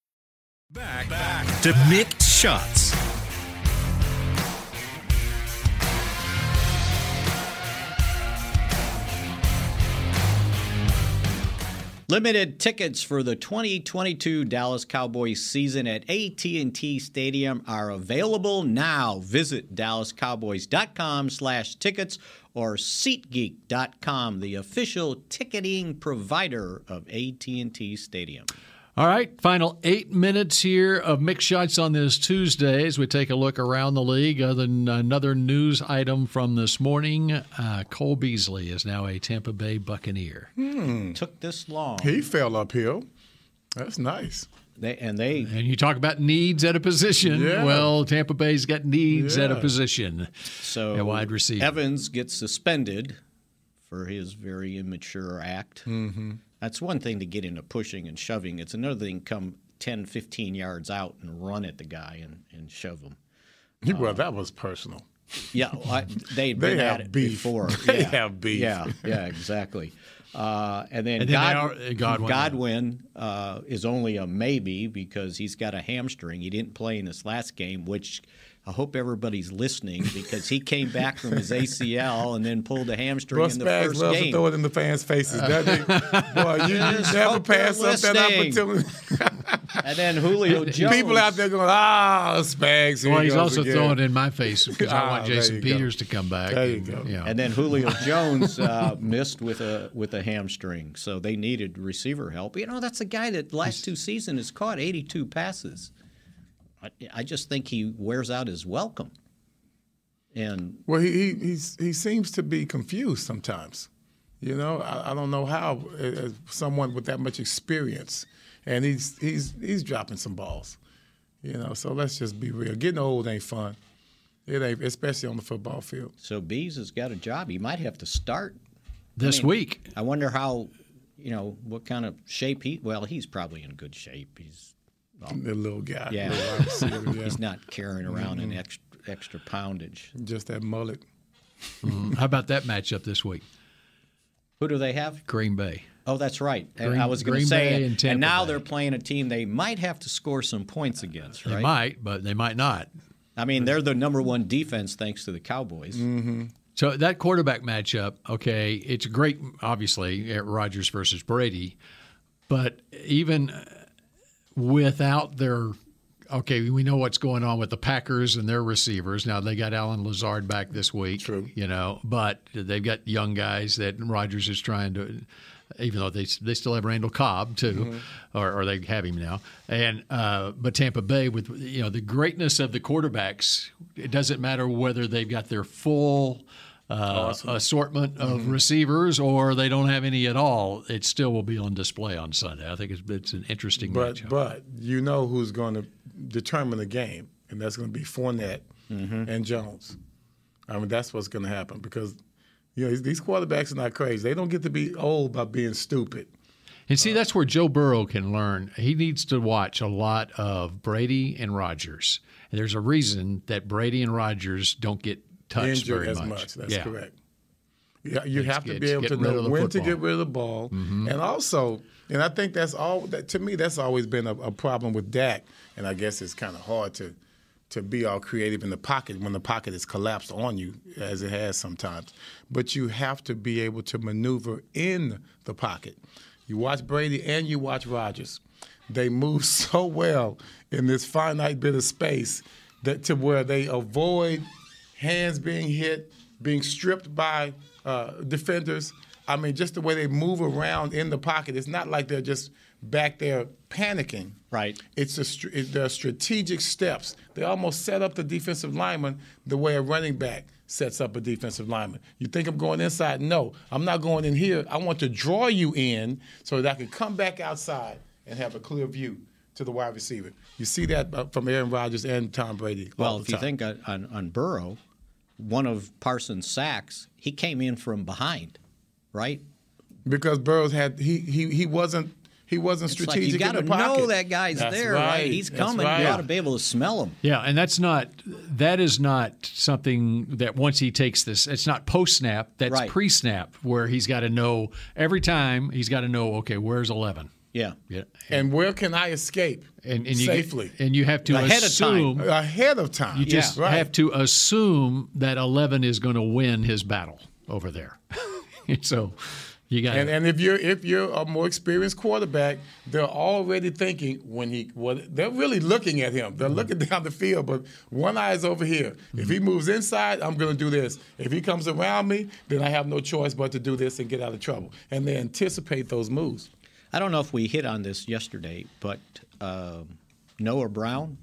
Speaker 3: Back, back to mixed shots.
Speaker 7: Limited tickets for the 2022 Dallas Cowboys season at AT&T Stadium are available now. Visit dallascowboys.com slash tickets or SeatGeek.com, the official ticketing provider of AT&T Stadium.
Speaker 6: All right, final eight minutes here of mixed shots on this Tuesday as we take a look around the league. Other than another news item from this morning, uh, Cole Beasley is now a Tampa Bay Buccaneer.
Speaker 7: Hmm. Took this long.
Speaker 5: He fell uphill. That's nice.
Speaker 7: They, and they
Speaker 6: and you talk about needs at a position.
Speaker 7: Yeah.
Speaker 6: Well, Tampa Bay's got needs at a
Speaker 7: Yeah.
Speaker 6: position.
Speaker 7: So
Speaker 6: a wide receiver.
Speaker 7: Evans gets suspended for his very immature act.
Speaker 6: Mm-hmm.
Speaker 5: Mhm.
Speaker 7: That's one thing to get into pushing and shoving. It's another thing come 10, 15 yards out and run at the guy and, and shove him.
Speaker 5: well, that was personal.
Speaker 7: Yeah, well, I, they'd
Speaker 5: They
Speaker 7: been
Speaker 5: have
Speaker 7: at it
Speaker 5: beef.
Speaker 7: before.
Speaker 5: They
Speaker 7: yeah.
Speaker 5: have beef.
Speaker 7: Yeah, yeah, exactly. Uh, and
Speaker 6: And
Speaker 7: then,
Speaker 6: then they
Speaker 7: God-
Speaker 5: uh,
Speaker 6: are- Godwin.
Speaker 7: Godwin, uh, is only a maybe because he's got a hamstring. He didn't play in this last game, which I hope everybody's listening because he came back from his ACL and then pulled a hamstring
Speaker 5: Russ
Speaker 7: in the
Speaker 5: Bags
Speaker 7: first
Speaker 5: loves
Speaker 7: game.
Speaker 5: to throw it in the fans' faces.
Speaker 6: [laughs]
Speaker 5: doesn't he? boy, you, you
Speaker 7: Yes,
Speaker 5: never
Speaker 7: hope they're
Speaker 5: pass up that
Speaker 7: listening.
Speaker 5: opportunity.
Speaker 7: and then Julio Jones.
Speaker 5: [laughs] People out there going, ah, Spags. here
Speaker 6: Well,
Speaker 5: he
Speaker 6: he's
Speaker 5: goes
Speaker 6: also
Speaker 5: again.
Speaker 6: throwing it in my face because
Speaker 5: [laughs]
Speaker 6: I
Speaker 5: Ah,
Speaker 6: want
Speaker 5: there
Speaker 6: Jason
Speaker 5: you go.
Speaker 6: Peters to come back.
Speaker 5: There you
Speaker 6: And,
Speaker 5: go.
Speaker 6: yeah.
Speaker 7: And then Julio Jones uh, missed with a with a hamstring, so they needed receiver help. You know, that's a guy that last two seasons has caught 82 passes. I, I just think he wears out his welcome. And
Speaker 5: Well, he he he's, he seems to be confused sometimes. You know, I, I don't know how uh, uh, someone with that much experience, and he's he's he's dropping some balls. You know, so let's just be real. Getting old ain't fun. It ain't, especially on the football field.
Speaker 7: so Bees has got a job. He might have to start
Speaker 6: This week.
Speaker 7: I wonder how, you know, what kind of shape he. Well, he's probably in good shape. He's well,
Speaker 5: The little guy.
Speaker 7: Yeah.
Speaker 5: little wide
Speaker 7: [laughs]
Speaker 5: receiver, yeah.
Speaker 7: he's not carrying around an
Speaker 5: Mhm.
Speaker 7: extra extra poundage.
Speaker 5: Just that mullet.
Speaker 6: Mm, How about that matchup this week?
Speaker 7: Who do they have?
Speaker 6: Green Bay.
Speaker 7: Oh, that's right. And
Speaker 6: Green-
Speaker 7: I was going to
Speaker 6: Green
Speaker 7: say,
Speaker 6: Bay
Speaker 7: it.
Speaker 6: and
Speaker 7: and,
Speaker 6: Tampa
Speaker 7: now they're playing a team they might have to score some points against,
Speaker 6: They
Speaker 7: right?
Speaker 6: might, but they might not.
Speaker 7: I mean, they're the number one defense thanks to the Cowboys.
Speaker 6: Mm-hmm. So that quarterback matchup, okay, it's great, obviously, at Rodgers versus Brady, but even without their okay, we know what's going on with the Packers and their receivers. Now they got Alan Lazard back this week. True. You know, but they've got young guys that Rodgers is trying to even though they they still have Randall Cobb too,
Speaker 20: Mhm.
Speaker 6: or, or they have him now. And uh, but Tampa Bay with you know the greatness of the quarterbacks, it doesn't matter whether they've got their full. Uh, Assortment of
Speaker 20: Mhm.
Speaker 6: receivers, or they don't have any at all. It still will be on display on Sunday. I think it's, it's an interesting
Speaker 5: But
Speaker 6: matchup.
Speaker 5: but you know who's going to determine the game, and that's going to be Fournette and Jones. I mean, that's what's going to happen because you know these- these quarterbacks are not crazy. They don't get to be old by being stupid.
Speaker 6: And see, that's where Joe Burrow can learn. He needs to watch a lot of Brady and Rogers. And there's a reason that Brady and Rogers don't get touched
Speaker 5: Injured
Speaker 6: very
Speaker 5: as
Speaker 6: much.
Speaker 5: much, that's
Speaker 6: Yeah.
Speaker 5: correct. Yeah, you
Speaker 6: It's-
Speaker 5: have to be
Speaker 6: it's
Speaker 5: able to
Speaker 6: getting rid
Speaker 5: know
Speaker 6: of the
Speaker 5: when to
Speaker 6: football.
Speaker 5: get rid of the ball,
Speaker 6: Mhm.
Speaker 5: and also, and I think that's all. That, to me, that's always been a, a problem with Dak, and I guess it's kind of hard to to be all creative in the pocket when the pocket is collapsed on you, as it has sometimes. But you have to be able to maneuver in the pocket. You watch Brady and you watch Rodgers; they move [laughs] so well in this finite bit of space that to where they avoid hands being hit, being stripped by uh, defenders. I mean, just the way they move around in the pocket. It's not like they're just back there panicking.
Speaker 7: Right.
Speaker 5: It's a str- it, there are strategic steps. They almost set up the defensive lineman the way a running back sets up a defensive lineman. You think I'm going inside? No, I'm not going in here. I want to draw you in so that I can come back outside and have a clear view to the wide receiver. You see that uh, from Aaron Rodgers and Tom Brady. all
Speaker 7: Well,
Speaker 5: the
Speaker 7: if you
Speaker 5: time.
Speaker 7: think on, on, on Burrow, one of Parsons' sacks, he came in from behind, right?
Speaker 5: because Burrows had he he he wasn't he wasn't
Speaker 7: It's like
Speaker 5: strategic.
Speaker 7: you got to
Speaker 5: in the pocket.
Speaker 7: know that guy's
Speaker 5: That's
Speaker 7: there, right? He's
Speaker 5: That's
Speaker 7: coming.
Speaker 5: right.
Speaker 7: You got to be able to smell him.
Speaker 6: Yeah, and that's not that is not something that once he takes this, it's not post snap. That's
Speaker 7: Right.
Speaker 6: pre snap where he's got to know every time he's got to know. Okay, where's eleven?
Speaker 7: Yeah,
Speaker 6: yeah,
Speaker 5: And where can I escape
Speaker 6: and, and you get-
Speaker 5: safely?
Speaker 6: and you have to assume
Speaker 5: Ahead of time.
Speaker 6: You just
Speaker 5: right.
Speaker 6: have to assume that eleven is going to win his battle over there. [laughs] so you got
Speaker 5: and and if you're if you're a more experienced quarterback, they're already thinking when he well, they're really looking at him. They're looking down the field, but one eye is over here. If he moves inside, I'm going to do this. If he comes around me, then I have no choice but to do this and get out of trouble. And they anticipate those moves.
Speaker 7: I don't know if we hit on this yesterday, but um, Noah Brown,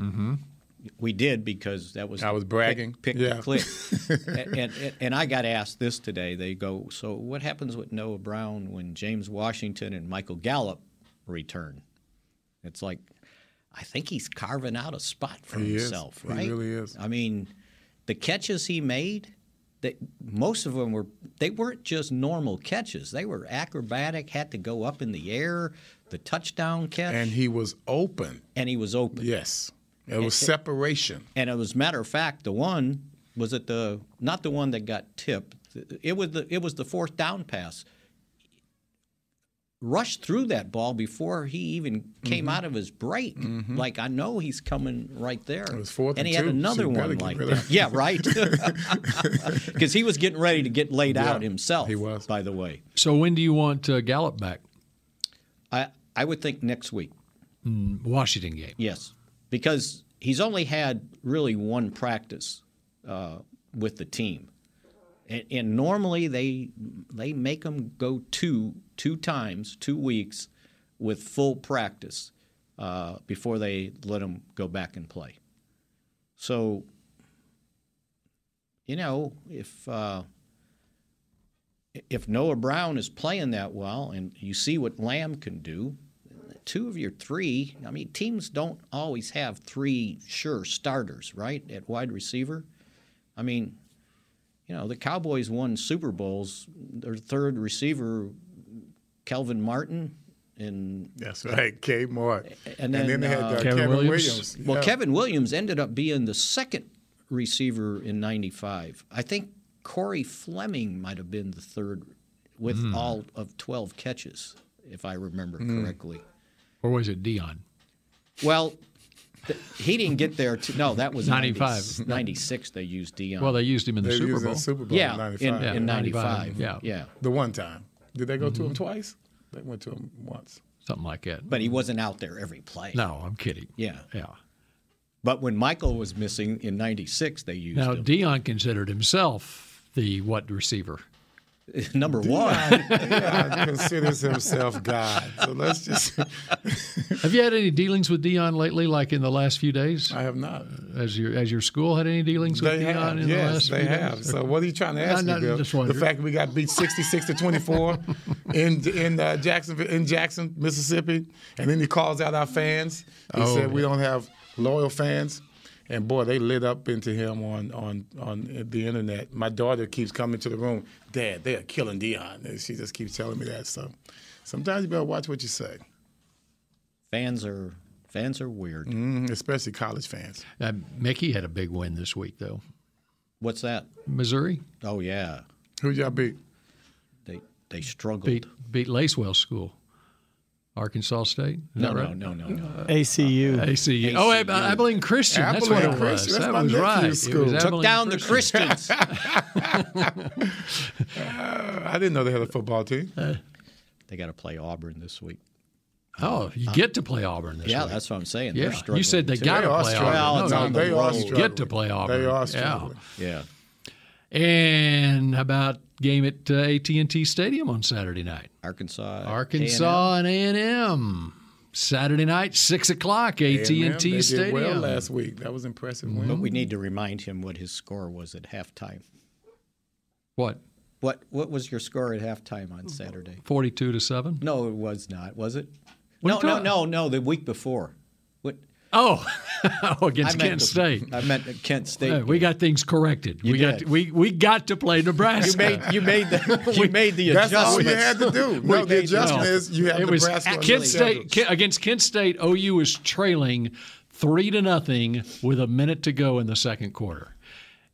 Speaker 5: Mm-hmm.
Speaker 7: we did because that was
Speaker 5: I was bragging.
Speaker 7: Pick, pick
Speaker 5: Yeah. [laughs]
Speaker 7: the click. and, and, and I got asked this today. They go, so what happens with Noah Brown when James Washington and Michael Gallup return? It's like, I think he's carving out a spot for
Speaker 5: He is.
Speaker 7: himself,
Speaker 5: He
Speaker 7: right?
Speaker 5: really is.
Speaker 7: I mean, the catches he made, they, most of them were they weren't just normal catches. They were acrobatic, had to go up in the air, the touchdown catch.
Speaker 5: And he was open.
Speaker 7: And he was open.
Speaker 5: Yes. It was separation.
Speaker 7: And it was matter of fact, the one was it the not the one that got tipped. It was the it was the fourth down pass. Rushed through that ball before he even came
Speaker 5: Mm-hmm.
Speaker 7: out of his break. Like I know he's coming right there. It was
Speaker 5: fourth
Speaker 7: and
Speaker 5: and
Speaker 7: he had
Speaker 5: two, so
Speaker 7: another
Speaker 5: you
Speaker 7: one
Speaker 5: gotta get
Speaker 7: like
Speaker 5: rid of
Speaker 7: that. Yeah, right.
Speaker 5: [laughs]
Speaker 7: [laughs] Because he was getting ready to get laid out himself. He was, by the way.
Speaker 6: So when do you want uh, Gallup back?
Speaker 7: I I would think next week.
Speaker 6: Mm, Washington game.
Speaker 7: Yes, because he's only had really one practice uh, with the team, and, and normally they they make them go two two times, two weeks, with full practice uh, before they let them go back and play. So, you know, if uh, if Noah Brown is playing that well, and you see what Lamb can do, two of your three. I mean, teams don't always have three sure starters, right, at wide receiver. I mean, you know, the Cowboys won Super Bowls. Their third receiver, Kelvin Martin, and
Speaker 5: That's right, K. Mart.
Speaker 7: and then,
Speaker 5: they had
Speaker 7: uh,
Speaker 5: uh, Kevin, Williams.
Speaker 7: Well,
Speaker 5: Yeah.
Speaker 7: Kevin Williams ended up being the second receiver in '95. I think Corey Fleming might have been the third, with
Speaker 6: Hmm.
Speaker 7: all of 12 catches, if I remember
Speaker 6: Hmm.
Speaker 7: correctly.
Speaker 6: Or was it Dion?
Speaker 7: Well, th- he didn't get there. To, no, that was
Speaker 6: 95.
Speaker 7: 96. They used Dion.
Speaker 6: Well, they used him in the
Speaker 5: They
Speaker 6: Super
Speaker 5: used him
Speaker 6: Bowl.
Speaker 5: in the Super Bowl
Speaker 7: Yeah,
Speaker 5: in
Speaker 7: in- uh,
Speaker 5: 95.
Speaker 7: in Yeah. 95,
Speaker 6: yeah.
Speaker 7: yeah.
Speaker 5: The one time. Did they go to him
Speaker 7: Mhm.
Speaker 5: twice? They went to him [laughs] once.
Speaker 6: Something like that.
Speaker 7: But he wasn't out there every play.
Speaker 6: No, I'm kidding.
Speaker 7: Yeah.
Speaker 6: Yeah.
Speaker 7: But when Michael was missing in '96, they used
Speaker 6: Now,
Speaker 7: him.
Speaker 6: Dion considered himself the what receiver?
Speaker 7: [laughs] Number
Speaker 5: Dion- Dion considers himself God. So let's [laughs] just.
Speaker 6: Have you had any dealings with Dion lately, like in the last few days? I
Speaker 5: have not.
Speaker 6: Has your has your school had any dealings with
Speaker 5: They
Speaker 6: Dion
Speaker 5: have,
Speaker 6: in the
Speaker 5: yes,
Speaker 6: last
Speaker 5: they
Speaker 6: few
Speaker 5: have.
Speaker 6: days?
Speaker 5: So what are you trying to
Speaker 6: No,
Speaker 5: ask
Speaker 6: no,
Speaker 5: me, Bill?
Speaker 6: just
Speaker 5: the
Speaker 6: wondering.
Speaker 5: fact that we got beat sixty-six to
Speaker 6: [laughs]
Speaker 5: twenty-four in in uh, Jacksonville, in Jackson, Mississippi, and then he calls out our fans. He
Speaker 6: Oh.
Speaker 5: said we don't have loyal fans, and boy, they lit up into him on on on the internet. My daughter keeps coming to the room, Dad, they are killing Dion, and she just keeps telling me that. So sometimes you better watch what you say,
Speaker 7: fans are fans are weird,
Speaker 6: Mm-hmm.
Speaker 5: mm, especially college fans.
Speaker 6: Uh, Mickey had a big win this week, though.
Speaker 7: What's that?
Speaker 6: Missouri
Speaker 7: Oh yeah,
Speaker 5: Who y'all beat?
Speaker 7: They they struggled.
Speaker 6: beat beat Lacewell School, Arkansas State. Is
Speaker 7: No,
Speaker 6: that
Speaker 7: no,
Speaker 6: right?
Speaker 7: no, no, no.
Speaker 13: ACU.
Speaker 6: ACU. Oh, Ab- Abilene Christian. That's what it
Speaker 5: Abilene
Speaker 6: was.
Speaker 5: Christian. That's
Speaker 6: that
Speaker 5: my
Speaker 6: was
Speaker 5: nephew's
Speaker 6: right. It was
Speaker 5: school. Took
Speaker 6: Abilene
Speaker 5: down the
Speaker 7: Christians.
Speaker 5: Uh, I didn't know they had a football team.
Speaker 7: They got to play Auburn this week.
Speaker 6: Oh, you get to play Auburn this
Speaker 7: yeah,
Speaker 6: week.
Speaker 7: that's what I'm saying.
Speaker 6: Yeah,
Speaker 7: They're struggling
Speaker 6: you said they
Speaker 7: too.
Speaker 6: got to play Auburn.
Speaker 7: Well, it's
Speaker 6: No,
Speaker 7: on the
Speaker 6: they
Speaker 7: road.
Speaker 6: get to play Auburn.
Speaker 5: They are
Speaker 6: yeah.
Speaker 5: struggling.
Speaker 7: Yeah.
Speaker 6: And how about game at uh, AT&T Stadium on Saturday night?
Speaker 7: Arkansas.
Speaker 6: Arkansas and A&M. Saturday night, six o'clock, AT&T
Speaker 5: A&M, they did
Speaker 6: Stadium.
Speaker 5: well last week. That was impressive. Win.
Speaker 7: But we need to remind him what his score was at halftime.
Speaker 6: What?
Speaker 7: What What was your score at halftime on Saturday?
Speaker 6: Forty-two to seven.
Speaker 7: No, it was not. Was it?
Speaker 6: What are
Speaker 7: no,
Speaker 6: you
Speaker 7: no,
Speaker 6: talking-
Speaker 7: no, no. The week before. What?
Speaker 6: Oh, [laughs] oh against
Speaker 7: I meant
Speaker 6: Kent
Speaker 7: the-
Speaker 6: State.
Speaker 7: I meant the Kent State.
Speaker 6: Yeah, we got things corrected. we got
Speaker 7: did.
Speaker 6: we we got to play Nebraska.
Speaker 7: You made you
Speaker 6: [laughs]
Speaker 7: made the you made the
Speaker 5: That's all
Speaker 7: adjustments.
Speaker 5: you had to do.
Speaker 7: [laughs] We
Speaker 5: No, the
Speaker 7: made the
Speaker 5: adjustment is you have
Speaker 6: it was
Speaker 5: Nebraska. on
Speaker 6: at
Speaker 5: your
Speaker 6: Kent
Speaker 5: schedule.
Speaker 6: State Kent- against Kent State. OU is trailing three to nothing with a minute to go in the second quarter,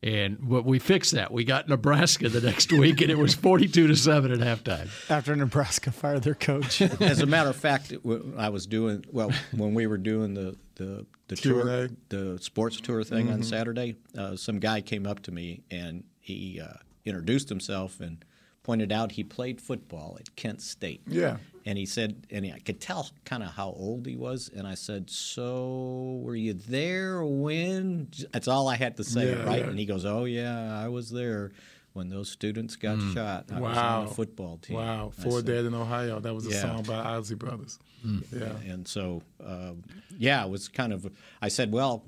Speaker 6: and but we fixed that. We got Nebraska the next week, and it was forty-two to seven at halftime.
Speaker 13: After Nebraska [laughs] fired their coach.
Speaker 7: As a matter of fact, it- when I was doing well when we were doing the the, the tour,
Speaker 5: Q&A.
Speaker 7: the sports tour thing on
Speaker 5: Mhm.
Speaker 7: Saturday. Uh, some guy came up to me and he uh, introduced himself and pointed out he played football at Kent State.
Speaker 5: Yeah.
Speaker 7: And he said, and I could tell kind of how old he was. And I said, "So were you there when?" That's all I had to say,
Speaker 5: Yeah,
Speaker 7: right?
Speaker 5: yeah.
Speaker 7: And he goes, "Oh yeah, I was there when those students got shot. I
Speaker 5: Mm.
Speaker 7: was on
Speaker 5: Wow.
Speaker 7: the football team.
Speaker 5: Wow.
Speaker 7: I
Speaker 5: Four
Speaker 7: said,
Speaker 5: Dead in Ohio. That was a
Speaker 7: Yeah.
Speaker 5: song by Ozzy Brothers.
Speaker 6: Hmm.
Speaker 5: Yeah.
Speaker 7: and so, um, yeah, it was kind of. I said, "Well,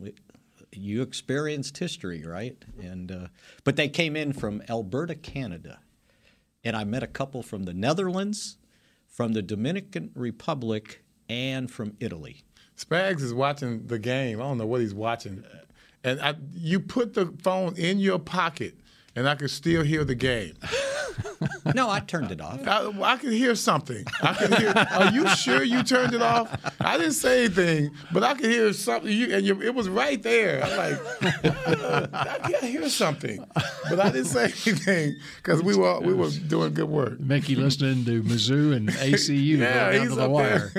Speaker 7: you experienced history, right?" And uh, but they came in from Alberta, Canada, and I met a couple from the Netherlands, from the Dominican Republic, and from Italy.
Speaker 5: Spags is watching the game. I don't know what he's watching. And I, you put the phone in your pocket, and I could still hear the game.
Speaker 7: No, I turned
Speaker 6: [laughs]
Speaker 7: it off.
Speaker 5: I, I could hear something. I could hear. Are you sure you turned it off? I didn't say anything, but I could hear something. You, and you, it was right there. I'm like, uh, I can hear something, but I didn't say anything because we were we were doing good work.
Speaker 6: Mickey listening to Mizzou and ACU
Speaker 5: Yeah,
Speaker 6: right down
Speaker 5: he's
Speaker 6: to the
Speaker 5: up
Speaker 6: wire.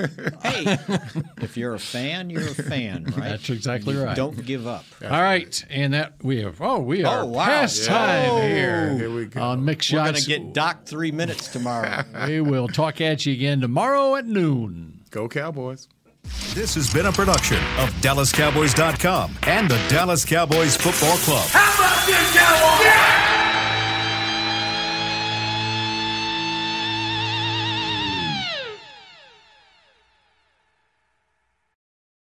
Speaker 7: Hey, if you're a fan, you're
Speaker 6: [laughs]
Speaker 7: a fan, right?
Speaker 6: That's exactly
Speaker 7: You
Speaker 6: right.
Speaker 7: Don't give up.
Speaker 6: [laughs] All right, and that we have. Oh, we are
Speaker 7: Oh, wow.
Speaker 6: past time
Speaker 7: Yeah. Oh,
Speaker 6: here,
Speaker 5: Here we go.
Speaker 6: on mix
Speaker 7: We're gonna
Speaker 6: shots.
Speaker 7: get docked three
Speaker 6: [laughs]
Speaker 7: minutes tomorrow.
Speaker 6: we will talk at you again tomorrow at noon.
Speaker 5: Go Cowboys.
Speaker 1: This has been a production of DallasCowboys.com and the Dallas Cowboys Football Club.
Speaker 20: How about this, Cowboys? Yeah!